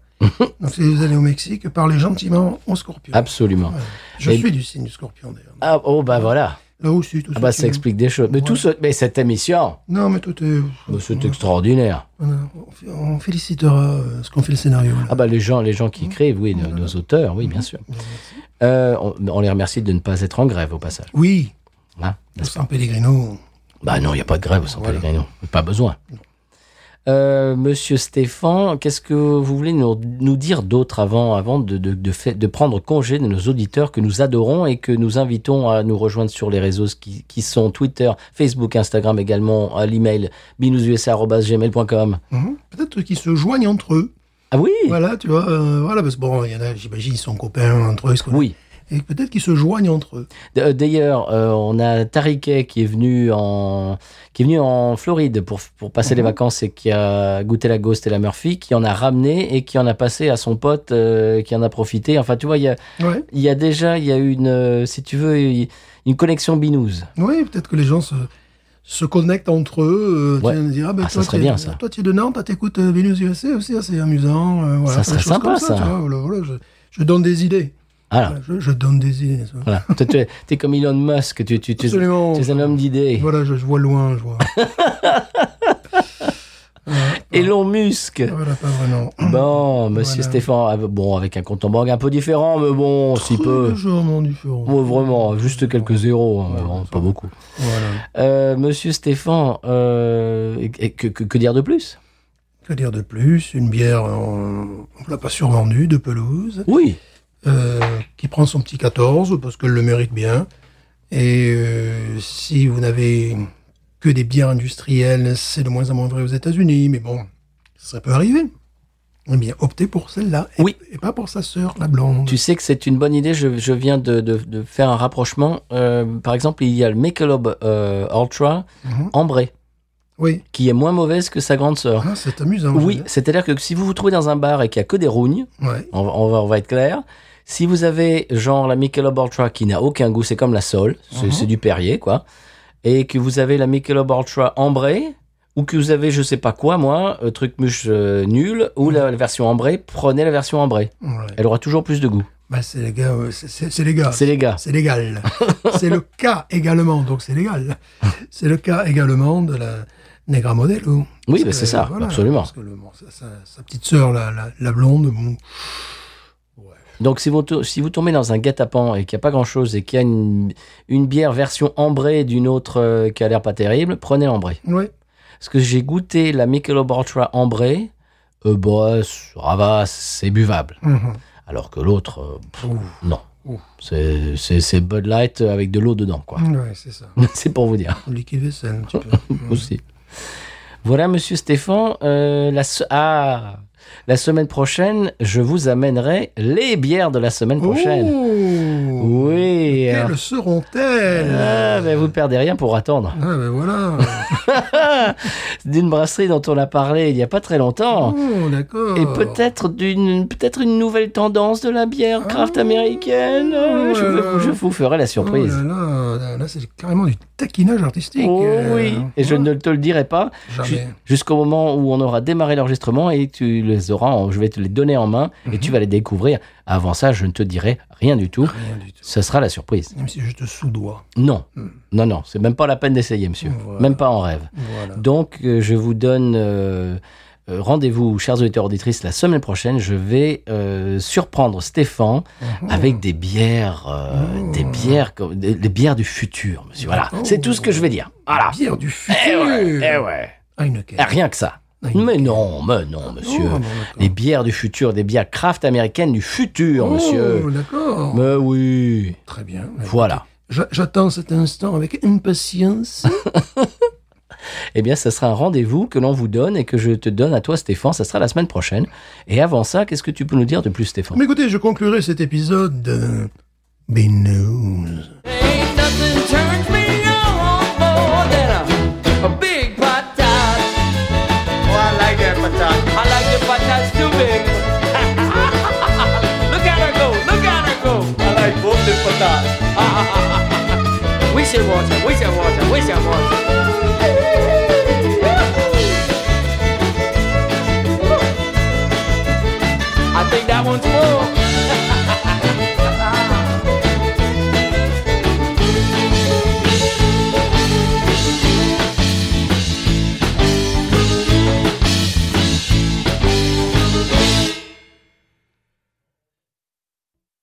S1: Donc si vous allez au Mexique, parlez gentiment au scorpion.
S2: Absolument.
S1: Ouais. Je
S2: Et-
S1: suis du signe du scorpion d'ailleurs.
S2: Ah, oh, bah voilà.
S1: Là aussi, tout
S2: Ah
S1: ce
S2: bah
S1: qui-
S2: ça explique des choses. Mais tout ce, mais cette émission,
S1: Non, mais tout est...
S2: bah, c'est
S1: Mmh.
S2: extraordinaire.
S1: Voilà, on fé- On félicitera euh, ce qu'on fait le scénario. là.
S2: Ah bah les gens, les gens qui écrivent, oui, nos, nos auteurs, oui, bien sûr. Euh, on, on les remercie de ne pas être en grève au passage.
S1: Oui,
S2: Hein, n'est-ce
S1: San Pellegrino.
S2: Bah non, il n'y a pas de grève au San Pellegrino. Pas besoin. Euh, Monsieur Stéphane, qu'est-ce que vous voulez nous, nous dire d'autre avant, avant de, de, de, fait- de prendre congé de nos auditeurs que nous adorons et que nous invitons à nous rejoindre sur les réseaux qui, qui sont Twitter, Facebook, Instagram également, à l'email binoususa.gmail.com.
S1: Mhm. Peut-être qu'ils se joignent entre eux.
S2: Ah oui
S1: Voilà, tu vois, euh, voilà, parce que bon, il y en a, j'imagine, ils sont copains entre eux. ils se connaissent.
S2: Oui.
S1: Et peut-être qu'ils se joignent entre eux.
S2: D- euh, D'ailleurs, euh, on a Tariqet qui est venu en qui est venu en Floride pour, pour passer
S1: Mhm.
S2: les vacances et qui a goûté la Ghost et la Murphy, qui en a ramené et qui en a passé à son pote, euh, qui en a profité. Enfin, tu vois, il y a,
S1: Ouais.
S2: il y a déjà il y a une euh, si tu veux une- une connexion binouze.
S1: Oui, peut-être que les gens se, se connectent entre eux. euh,
S2: Ouais.
S1: tiens, ils disent, ah, ben,
S2: Ah, ça
S1: toi,
S2: serait
S1: t'es-
S2: bien, ça.
S1: Toi, tu es de Nantes, ah, t'écoutes euh, Venus USA aussi, ah, c'est amusant. euh, voilà,
S2: Ça
S1: des
S2: serait
S1: choses
S2: sympa,
S1: comme
S2: ça. Ah.
S1: tu vois, voilà, voilà, je, je donne des idées.
S2: Voilà.
S1: Voilà, je, je donne des idées. ça.
S2: voilà. Toi, tu es, t'es comme Elon Musk, tu, tu, tu, tu
S1: Absolument.
S2: es un homme d'idées.
S1: Voilà, je, je vois loin, je vois.
S2: Elon Musk.
S1: voilà, pas vraiment.
S2: Bon, monsieur
S1: Voilà.
S2: Stéphane, ah, bon, avec un compte en banque un peu différent, mais bon, si peu.
S1: Légèrement différent.
S2: Ouais, vraiment, juste quelques zéros, hein, vraiment, pas beaucoup.
S1: Voilà.
S2: Euh, Monsieur Stéphane, euh, et- et que, que- que dire de plus
S1: Que dire de plus Une bière, euh, on ne l'a pas survendue, de pelouse,
S2: Oui.
S1: euh, qui prend son petit 14 parce qu'elle le mérite bien. Et euh, si vous n'avez que des bières industrielles, c'est de moins en moins vrai aux États-Unis, mais bon, ça peut arriver. Eh bien, optez pour celle-là et,
S2: Oui.
S1: et pas pour sa sœur, la blonde.
S2: Tu sais que c'est une bonne idée, je, je viens de, de- de faire un rapprochement. Euh, par exemple, il y a le Michelob euh, Ultra ambré.
S1: Mhm. Oui.
S2: qui est moins mauvaise que sa grande sœur.
S1: Ah, c'est amusant.
S2: Oui, c'est-à-dire que si vous vous trouvez dans un bar et qu'il n'y a que des rougnes,
S1: je- Ouais.
S2: on va, on va, on va être clair, si vous avez genre la Michelob Ultra qui n'a aucun goût, c'est comme la Sol, c'est c'est du Perrier, quoi, et que vous avez la Michelob Ultra ambrée, ou que vous avez je sais pas quoi, moi, euh, truc mouche euh, nul, ou la, la version ambrée, prenez la version ambrée.
S1: ouais.
S2: Elle aura toujours plus de goût.
S1: Bah, c'est les gars, ouais, c'est- c'est c'est les gars.
S2: C'est les gars.
S1: C'est légal. c'est le cas également, donc c'est légal. C'est le cas également de la Negra Modelo.
S2: Oui,
S1: Parce
S2: bah,
S1: que,
S2: c'est ça,
S1: voilà,
S2: absolument.
S1: parce que le- bon, sa, sa- sa petite sœur, la, la- la blonde, bon,
S2: Donc si vous, to- si vous tombez dans un guet-apens et qu'il n'y a pas grand-chose et qu'il y a une, une bière version ambrée d'une autre euh, qui a l'air pas terrible, prenez l'ambrée.
S1: ouais,
S2: Parce que j'ai goûté la Michelob Ultra ambrée, euh, bah, ça va, c'est buvable.
S1: mhm,
S2: Alors que l'autre, euh, pff, non.
S1: Ouf.
S2: C'est- C'est c'est Bud Light avec de l'eau dedans, quoi.
S1: ouais, c'est ça.
S2: c'est pour vous dire,
S1: Liquide vaisselle, un petit peu.
S2: aussi. Voilà, monsieur Stéphane, euh, la, se- ah, la semaine prochaine, je vous amènerai les bières de la semaine prochaine.
S1: Oh
S2: oui, alors-
S1: Quelles seront-elles
S2: Ah, ben vous perdez rien pour attendre.
S1: Ah, ben voilà.
S2: D'une brasserie dont on a parlé il n'y a pas très longtemps.
S1: Oh, d'accord.
S2: Et peut-être d'une, peut-être une nouvelle tendance de la bière craft
S1: Ah.
S2: américaine. Euh, je,
S1: Ouais.
S2: vous- je vous ferai la
S1: Oh
S2: surprise.
S1: là là, là, là, c'est carrément du taquinage artistique.
S2: Oh
S1: euh,
S2: oui, et je ne te le dirai pas
S1: Jamais.
S2: ju- jusqu'au moment où on aura démarré l'enregistrement et tu les auras, en- je vais te les donner en main et
S1: Mhm.
S2: tu vas les découvrir. Avant ça, je ne te dirai rien du tout.
S1: Rien du tout.
S2: Ce sera la surprise.
S1: Même si je te sous-dois.
S2: Non, non, non, c'est même pas la peine d'essayer, monsieur.
S1: Hmm. Voilà.
S2: Même pas en rêve.
S1: Voilà.
S2: Donc, euh, je vous donne euh, euh, rendez-vous, chers auditeurs auditrices, la semaine prochaine. Je vais euh, surprendre Stéphane
S1: Oh.
S2: avec des bières, euh, des bières, comme- des, des bières du futur, monsieur. Voilà,
S1: Oh.
S2: c'est tout ce que je vais dire. Voilà.
S1: Bière du futur.
S2: Eh ouais, eh ouais.
S1: Ah, une caisse.
S2: Eh, Rien que ça.
S1: Ah, une
S2: Mais
S1: caisse.
S2: non, mais non, monsieur.
S1: Oh, bon, d'accord.
S2: Des bières du futur, des bières craft américaines du futur, monsieur.
S1: Oh, d'accord.
S2: Mais oui.
S1: Très bien.
S2: Voilà.
S1: J'a- J'attends cet instant avec impatience.
S2: Eh bien, ce sera un rendez-vous que l'on vous donne et que je te donne à toi, Stéphane. Ça sera la semaine prochaine. Et avant ça, qu'est-ce que tu peux nous dire de plus, Stéphane
S1: Mais écoutez, je conclurai cet épisode de Big News.
S5: Ain't nothing turns me on more than a, a big patat. Oh, I like that patat. I like the patats too big. look at her go, look at her go. I like both the patats. we should watch her, we should watch her, we should watch her. I think that one's full.